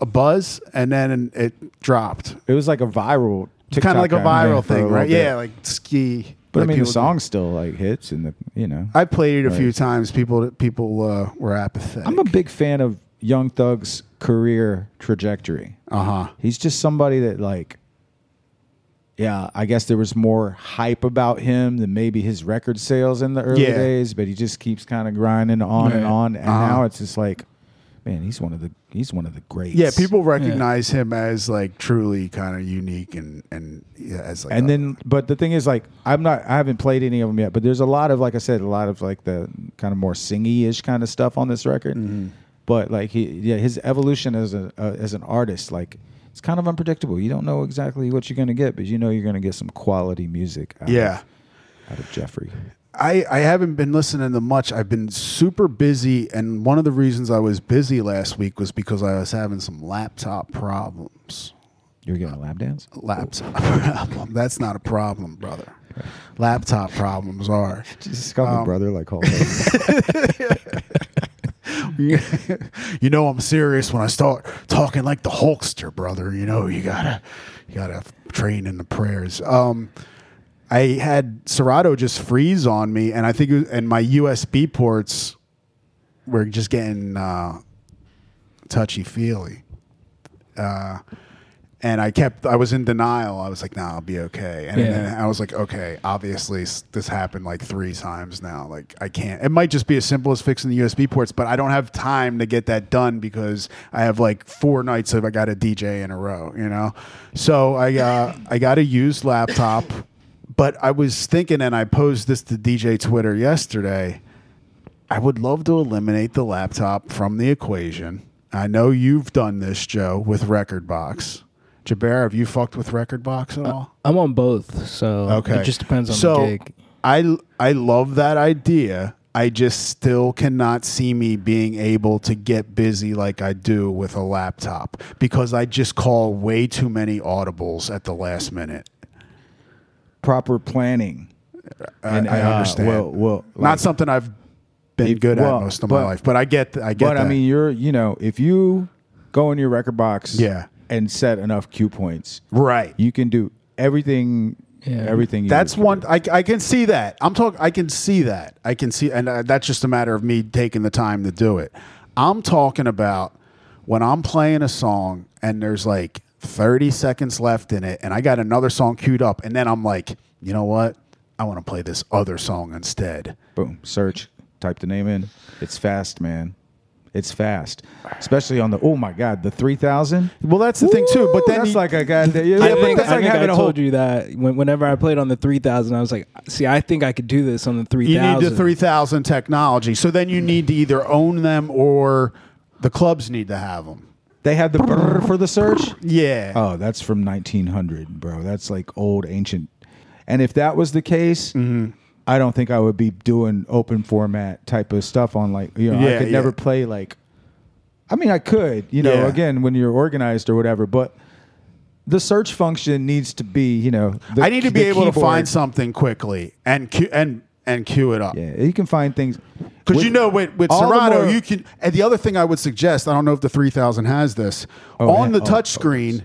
A: a buzz, and then it dropped.
B: It was like a viral,
A: kind of like a
B: TikTok guy, yeah,
A: viral
B: for a
A: thing,
B: little
A: right?
B: bit.
A: Yeah, like Ski.
B: But I
A: like
B: mean, the
A: people-
B: song still like hits, and the you know.
A: I played it a few
B: Right.
A: times. People people uh, were apathetic.
B: I'm a big fan of Young Thug's career trajectory.
A: Uh huh.
B: He's just somebody that like. Yeah, I guess there was more hype about him than maybe his record sales in the early
A: Yeah.
B: days, but he just keeps kind of grinding on and
A: Yeah.
B: on, and
A: Uh-huh.
B: now it's just like, man, he's one of the he's one of the greats.
A: Yeah, people recognize him as like truly kind of unique and and yeah, as like
B: and then but the thing is like i'm not i haven't played any of them yet but there's a lot of like i said a lot of like the kind of more singy-ish kind of stuff on this record
A: Mm-hmm.
B: but like he yeah his evolution as a uh, as an artist like it's kind of unpredictable you don't know exactly what you're going to get but you know you're going to get some quality music out
A: Yeah.
B: of, out of jeffrey
A: I, I haven't been listening to much. I've been super busy, and one of the reasons I was busy last week was because I was having some laptop problems.
B: You're getting a lap dance?
A: Laptop problem. That's not a problem, brother. Laptop problems are.
B: Jesus, call me
A: um,
B: brother like whole.
A: you know I'm serious when I start talking like the Hulkster, brother. You know you gotta you gotta train in the prayers. Um, I had Serato just freeze on me, and I think it was, and my USB ports were just getting uh, touchy feely. Uh, and I kept, I was in denial. I was like, nah, I'll be okay. And
P: Yeah.
A: then I was like, okay, obviously s- this happened like three times now. Like, I can't, it might just be as simple as fixing the USB ports, but I don't have time to get that done because I have like four nights of I got a DJ in a row, you know? So I, uh, I got a used laptop, but I was thinking, and I posed this to DJ Twitter yesterday. I would love to eliminate the laptop from the equation. I know you've done this, Joe, with Record Box. Jabbar, have you fucked with Record Box at all?
C: I'm on both, so
A: okay,
C: it just depends on
A: so
C: the gig.
A: I I love that idea. I just still cannot see me being able to get busy like I do with a laptop because I just call way too many audibles at the last minute.
B: proper planning
A: I,
B: And,
A: I
B: uh,
A: understand.
B: well- well, like-
A: not something I've been
B: If-
A: good
B: well,
A: at most of
B: but-
A: my life, but I get th- I get
B: but
A: that.
B: I mean, you're you know, if you go in your record box,
A: Yeah.
B: and set enough cue points,
A: right,
B: you can do everything, everything. You
A: That's one. I, I can see that. I'm talking. I can see that. I can see, and uh, that's just a matter of me taking the time to do it. I'm talking about when I'm playing a song and there's like 30 seconds left in it, and I got another song queued up, and then I'm like, you know what? I want to play this other song instead.
B: Boom. Search. Type the name in. It's fast, man. It's fast, especially on the. Oh my God, the three thousand.
A: Well, that's the thing too. But
B: then that's like a guy. Yeah,
C: I
B: but
C: think,
B: that's
C: I,
B: like
C: think I
B: having a
C: told
B: whole.
C: you that when, whenever I played on the 3000, I was like, see, I think I could do this on the
A: You
C: 3000.
A: need the 3000 technology. So then you need to either own them or the clubs need to have them.
B: They have the brr for the search.
A: Yeah.
B: Oh, that's from 1900, bro. That's like old ancient. And if that was the case,
A: Mm-hmm.
B: I don't think I would be doing open format type of stuff on like, you know, I
P: Yeah,
B: could never play like I mean, I could, you know,
P: Yeah.
B: again when you're organized or whatever, but the search function needs to be, you know, the,
A: I need to
B: the
A: be able to
B: keyboard.
A: find something quickly and que- and and queue it up.
B: Yeah, you can find things
A: because you know with with
B: all the
A: Serato,
B: more-
A: you can. And the other thing I would suggest, I don't know if the three thousand has this
B: Oh,
A: on
B: yeah.
A: the
B: Oh,
A: touch screen.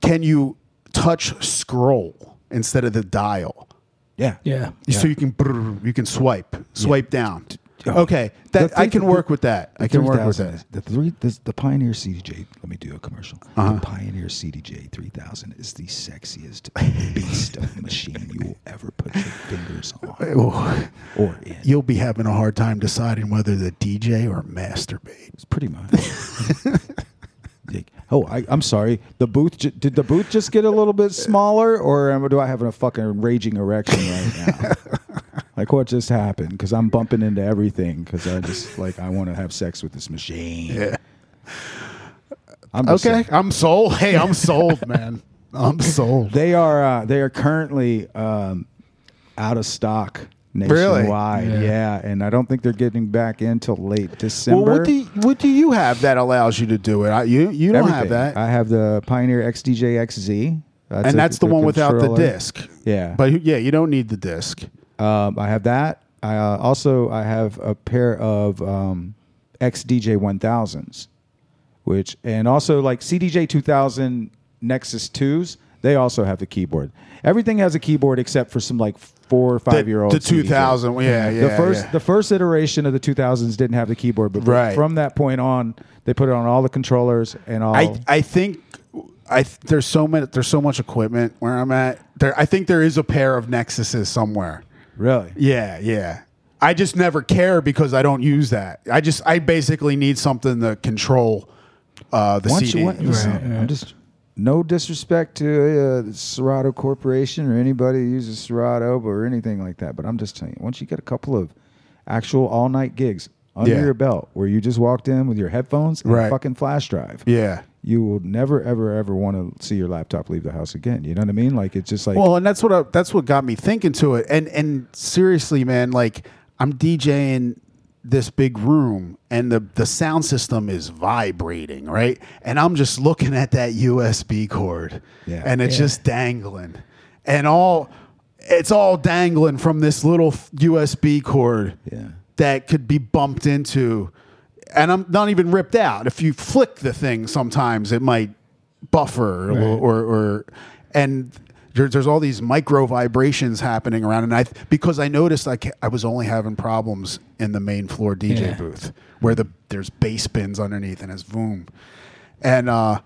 A: Can you touch scroll instead of the dial?
B: Yeah,
C: yeah.
A: So you can brrr, you can swipe swipe down.
B: Oh.
A: Okay, that
B: The
A: I can
B: three-
A: work
B: the-
A: with that.
B: the
A: I can work with
B: 3000
A: that. Uh-huh.
B: is- The three, this, the Pioneer CDJ. Let me do a commercial. The Pioneer CDJ 3000 is the sexiest beast of a machine you will ever put your fingers on. or
A: You'll be having a hard time deciding whether the DJ or masturbate. It's
B: pretty much. Like, oh, I, I'm sorry. The booth ju- did the booth just get a little bit smaller, or am- do I have a fucking raging erection right now? Like what just happened? Because I'm bumping into everything. Because I just like I want to have sex with this machine.
A: Yeah.
B: I'm just
A: okay,
B: saying.
A: I'm sold. Hey, I'm sold, man. I'm sold.
B: They are uh, they are currently um, out of stock
A: Really?
B: nationwide.
A: Yeah.
B: Yeah. and I don't think they're getting back in till late December.
A: Well, what do you, what do you have that allows you to do it? I, you you don't have
B: Everything.
A: that,
B: I have the Pioneer XDJ XZ,
A: and
B: a-
A: that's the one without the
B: controller.
A: disc.
B: Yeah,
A: But yeah, you don't need the disc.
B: Um, I have that. I uh, also I have a pair of um, XDJ 1000s, which and also like CDJ 2000 Nexus 2s. They also have the keyboard. Everything has a keyboard except for some like four or five year old.
A: the 2000, yeah, yeah,
B: The first
A: yeah.
B: the first iteration of the 2000s didn't have the keyboard, but
A: Right.
B: from that point on, they put it on all the controllers and all.
A: I I think I th- there's so many there's so much equipment where I'm at. There I think there is a pair of Nexuses somewhere.
B: Really?
A: Yeah, yeah. I just never care because I don't use that. I just I basically need something to control uh, the
B: Once you
A: CD.
B: want- listen, I'm just no disrespect to uh, the Serato Corporation or anybody who uses Serato or anything like that, but I'm just telling you, once you get a couple of actual all night gigs under
A: Yeah.
B: your belt where you just walked in with your headphones and
A: Right.
B: a fucking flash drive,
A: Yeah.
B: you will never ever ever want to see your laptop leave the house again. You know what I mean? Like it's just like
A: well, and that's what I, that's what got me thinking to it. And and seriously, man, like I'm DJing this big room, and the the sound system is vibrating, right? And I'm just looking at that USB cord,
B: Yeah.
A: and it's
B: Yeah.
A: just dangling, and all it's all dangling from this little USB cord that could be bumped into. And I'm not even ripped out. If you flick the thing, sometimes it might buffer or, or, or and there, there's all these micro vibrations happening around and i because i noticed i, ca- I was only having problems in the main floor dj
B: Yeah.
A: booth where the there's bass bins underneath and it's boom and uh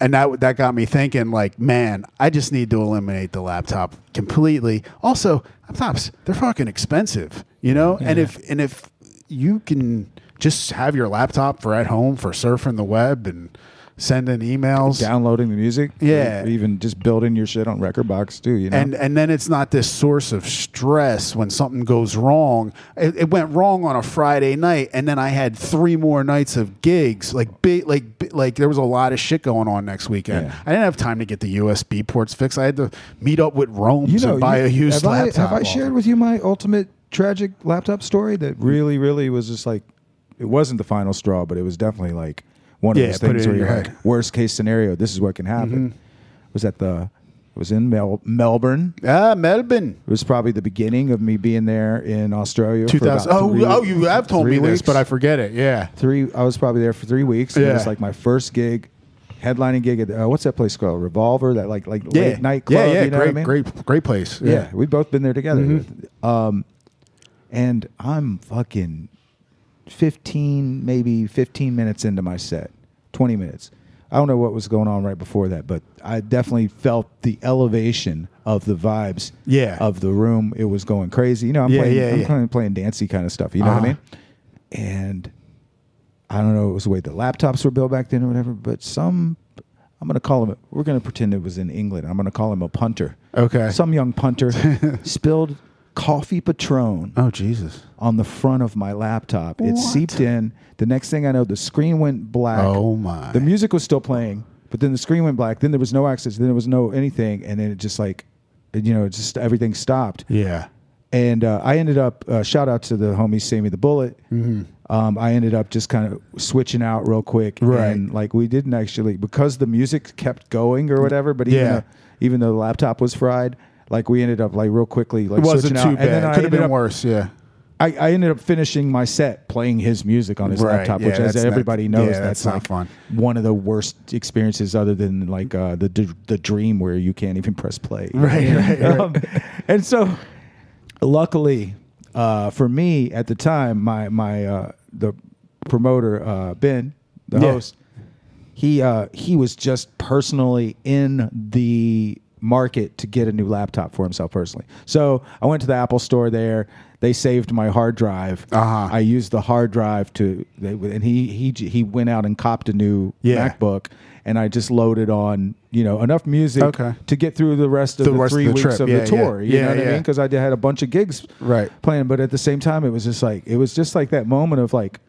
A: and that that got me thinking like man i just need to eliminate the laptop completely also laptops they're fucking expensive you know and
B: Yeah.
A: if and if you can just have your laptop for at home for surfing the web and sending emails
B: downloading the music.
A: Yeah.
B: or even just building your shit on record box too. You know,
A: and and then it's not this source of stress when something goes wrong. It, it went wrong on a Friday night, and then I had three more nights of gigs. Like big, like bi- like there was a lot of shit going on next weekend.
B: Yeah.
A: I didn't have time to get the USB ports fixed. I had to meet up with Rome
B: you
A: to
B: know,
A: buy
B: you-
A: a used
B: have
A: laptop.
B: I, have I
A: off Mm-hmm.
B: shared with you my ultimate tragic laptop story that really, really was just like, it wasn't the final straw, but it was definitely like one
A: Yeah,
B: of those
A: put it
B: things
A: in
B: where
A: your
B: you're
A: head. Mm-hmm.
B: like, worst case scenario, this is what can happen. Was at the, it was in Mel- Melbourne.
A: Ah, Melbourne.
B: It was probably the beginning of me being there in Australia. for about
A: 2000 oh,
B: three-
A: oh, you have told
B: three
A: me this,
B: weeks.
A: but I forget it. Yeah.
B: Three, I was probably there for three weeks. and It was
A: Yeah.
B: like my first gig, headlining gig at uh, what's that place called? Revolver, that like like
A: Yeah.
B: late night club.
A: Yeah, yeah,
B: you know what
A: great,
B: I mean?
A: great, great place.
B: Yeah, we've both been there together.
A: Mhm.
B: Um, and I'm fucking 15, maybe 15 minutes into my set, 20 minutes. I don't know what was going on right before that, but I definitely felt the elevation of the vibes
A: Yeah.
B: of the room. It was going crazy. You know, I'm
A: Yeah,
B: playing,
A: yeah,
B: I'm
A: yeah.
B: Playing, playing dancey kind of stuff. You know what
A: Uh-huh.
B: I mean? And I don't know, it was the way the laptops were built back then or whatever, but some, I'm going to call him, we're going to pretend it was in England. I'm going to call him a punter.
A: Okay.
B: Some young punter spilled coffee Patron.
A: Oh, Jesus.
B: On the front of my laptop. It seeped in. The next thing I know, the screen went black.
A: Oh, my.
B: The music was still playing, but then the screen went black. Then there was no access. Then there was no anything. And then it just like, you know, it just everything stopped.
A: Yeah.
B: And uh, I ended up, uh, shout out to the homie Sammy the Bullet.
A: Mm-hmm.
B: Um, I ended up just kind of switching out real quick.
A: Right.
B: And like we didn't actually, because the music kept going or whatever, but even,
A: Yeah.
B: though, even though the laptop was fried, like we ended up like real quickly, like
A: it wasn't
B: switching
A: too
B: out. And then I
A: bad. Could have
B: ended
A: been
B: up-
A: worse. Yeah.
B: I, I ended up finishing my set playing his music on his
A: Right,
B: laptop,
A: yeah,
B: which, as
A: that's not-
B: everybody knows,
A: yeah,
B: that's,
A: that's not
B: like
A: fun.
B: one of the worst experiences, other than like uh, the d- the dream where you can't even press play.
A: Right, right, right.
B: Um, and so, luckily uh, for me at the time, my my uh, the promoter uh, Ben, the
A: Yeah.
B: host, he uh, he was just personally in the market to get a new laptop for himself personally. So I went to the Apple store there. They saved my hard drive. Uh-huh. I used the hard drive to, they, and he he j- he went out and copped a new
A: Yeah.
B: MacBook, and I just loaded on you know enough music
A: Okay.
B: to get through the rest of
A: The
B: the,
A: rest of
B: three
A: the
B: weeks
A: trip.
B: of
A: Yeah,
B: the tour.
A: yeah.
B: You
A: Yeah,
B: know what I
A: yeah.
B: mean? Because I did- had a bunch of gigs right playing, but at the same time, it was just like it was just like that moment of like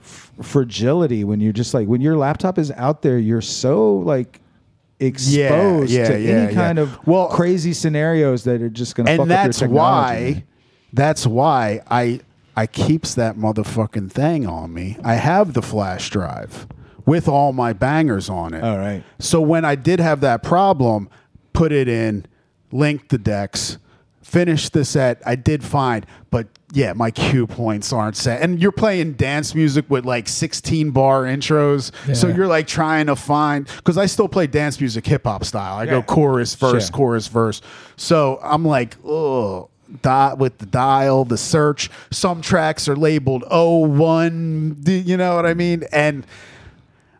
B: f- fragility when you're just like when your laptop is out there, you're so like exposed
A: yeah,
B: to
A: yeah, yeah.
B: any kind of well, crazy scenarios that are just going to fuck
A: and that's
B: up your technology.
A: why that's why I I keeps that motherfucking thing on me. I have the flash drive with all my bangers on it. All
B: right.
A: So when I did have that problem, put it in, linked the decks, finished the set. I did fine, but yeah, my cue points aren't set. And you're playing dance music with like 16 bar intros. So
B: Yeah.
A: you're like trying to find cuz I still play dance music hip hop style. I go
B: Yeah.
A: chorus verse,
B: Sure.
A: chorus verse. So I'm like, oh, dot with the dial, the search. Some tracks are labeled 01, d- you know what I mean? And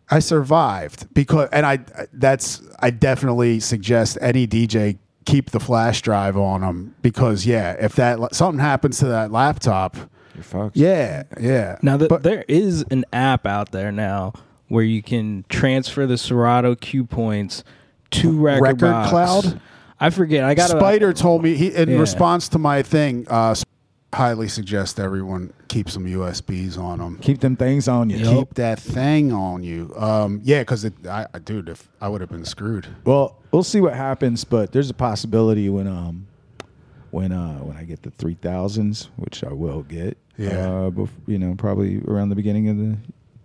A: I survived because, and I, that's, I definitely suggest any DJ keep the flash drive on them because, yeah, if that, la- something happens to that laptop,
B: you're fucked.
A: Yeah, yeah.
C: Now that there is an app out there now where you can transfer the Serato cue points to Record,
A: Record
C: Box.
A: Cloud?
C: I forget. I got
A: Spider told me he, in
C: Yeah.
A: response to my thing. Uh, s- highly suggest everyone keep some USBs on them.
B: Keep them things on you.
A: Keep that thing on you. Um, yeah, because I, I, dude, if I would have been screwed.
B: Well, we'll see what happens, but there's a possibility when um when uh when I get the three thousands, which I will get,
A: Yeah.
B: uh, bef- you know, probably around the beginning of the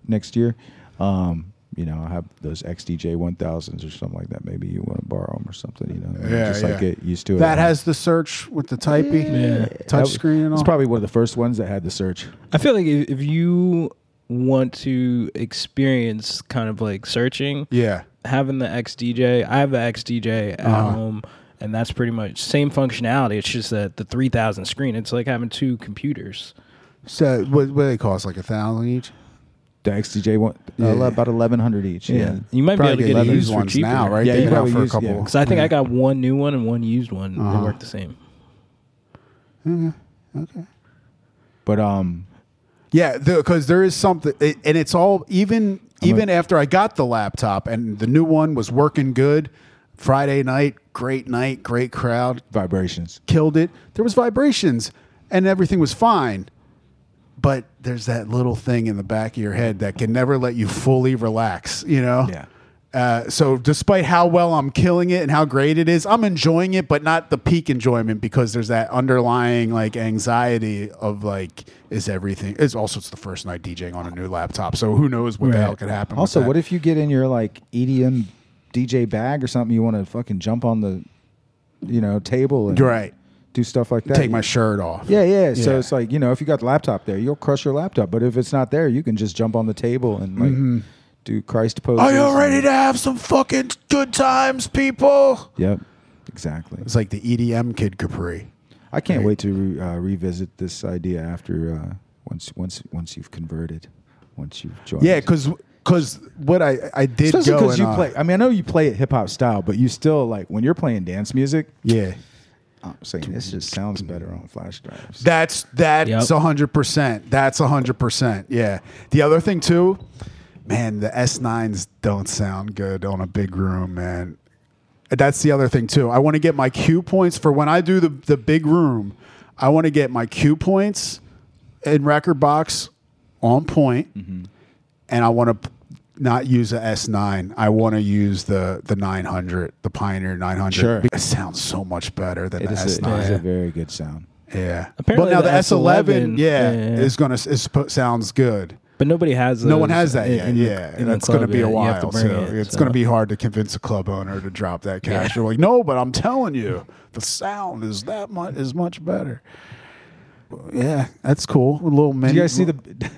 B: next year. Um, you know, I have those XDJ one thousands or something like that. Maybe you want to borrow them or something. You know, and
A: Yeah,
B: just like
A: yeah.
B: get used to it.
A: That has the search with the typey, touch screen and all.
B: It's probably one of the first ones that had the search.
C: I feel like if, if you want to experience kind of like searching,
A: Yeah.
C: having the XDJ, I have the XDJ at
A: Uh-huh.
C: home, and that's pretty much same functionality. It's just that the three thousand screen. It's like having two computers.
A: so what, what do they cost? Like a thousand each.
B: The XDJ one, uh,
C: Yeah.
B: about eleven hundred each. Yeah.
C: Yeah. You might be able to get a used one cheaper.
A: now, right?
B: Yeah,
A: They've
B: you
A: been out
B: probably
A: for a
B: use- yeah.
A: couple.
C: Because I think
A: Yeah.
C: I got one new one and one used one.
A: Uh-huh.
C: They work the same.
A: Okay.
B: But um,
A: Yeah, because there is something, it, and it's all even even after I got the laptop and the new one was working good. Friday night, great night, great crowd,
B: vibrations
A: killed it. There was vibrations, and everything was fine. But there's that little thing in the back of your head that can never let you fully relax. You know. Yeah. Uh, so despite how well I'm killing it and how great it is, I'm enjoying it, but not the peak enjoyment because there's that underlying like anxiety of like, is everything? It's also it's the first night DJing on a new laptop, so who knows what the hell could happen. with
B: Also,
A: that.
B: what if you get in your like E EDM DJ bag or something? You want to fucking jump on the, you know, table and
A: You're right.
B: do stuff like that.
A: take my shirt off?
B: Yeah, yeah, So
A: Yeah.
B: it's like you know, if you got the laptop there, you'll crush your laptop. But if it's not there, you can just jump on the table and like
A: Mhm.
B: do Christ poses.
A: Are you ready
B: and-
A: to have some fucking good times, people?
B: Yep, exactly.
A: It's like the EDM kid Capri.
B: I can't wait to re- uh, revisit this idea after uh, once once once you've converted, once you've joined.
A: Yeah, because what I I did
B: Especially
A: go
B: because
A: and,
B: you
A: uh,
B: play. I mean, I know you play it hip hop style, but you still like when you're playing dance music.
A: Yeah,
B: I'm saying this just sounds better on flash drives.
A: That's that's a hundred percent. That's a hundred percent. Yeah. The other thing too, man, the S nines don't sound good on a big room, man. That's the other thing too. I want to get my cue points for when I do the the big room. I want to get my cue points in record box on point,
B: Mm-hmm.
A: and I want to not use the S nine. I want to use the the nine hundred, the Pioneer nine hundred.
B: Sure.
A: it sounds so much better than
B: It
A: the
B: is, a,
A: S
B: it is a
A: nine.
B: very good sound.
A: Yeah.
C: Apparently
A: well, now
C: the
A: the, S11,
C: S11,
A: yeah,
C: yeah.
A: is gonna is, sp- sounds good.
C: But nobody has.
A: No one
C: those
A: has that
C: in-
A: yet.
C: in the-
A: yeah,
C: in
A: and
C: the
A: it's going to
C: club
A: be
C: yet.
A: a
C: You have to
A: while.
C: bring
A: so
C: it,
A: it's
C: so.
A: going to be hard to convince a club owner to drop that cash. You're like, no, but I'm telling you, the sound is that much is much better. Well, Yeah, that's cool. A little
B: Did
A: mini.
B: you guys see the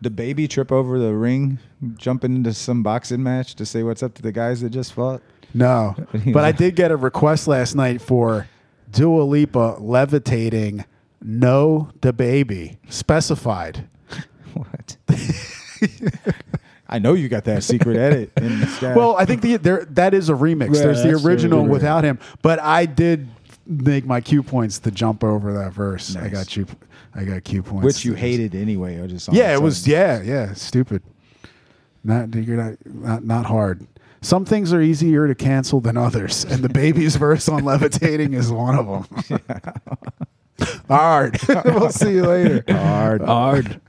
B: the baby trip over the ring, jumping into some boxing match to say what's up to the guys that just fought?
A: No,
B: You
A: but I
B: know.
A: did get a request last night for Dua Lipa levitating. No, the baby specified.
B: What? I know you got that secret edit in the stash.
A: Well, I think the, there that is a remix.
B: Yeah,
A: There's the
B: that's true.
A: original
B: Right.
A: without him, but I did make my cue points to jump over that verse. I
B: Nice.
A: got you. I got cue points.
B: which you hated anyway. Or just on
A: Yeah,
B: its
A: it was.
B: own.
A: Yeah, yeah. Stupid. Not you're not not not hard. Some things are easier to cancel than others, and the baby's verse on levitating is one of them. Hard. we'll see you later.
B: Hard.
A: Hard.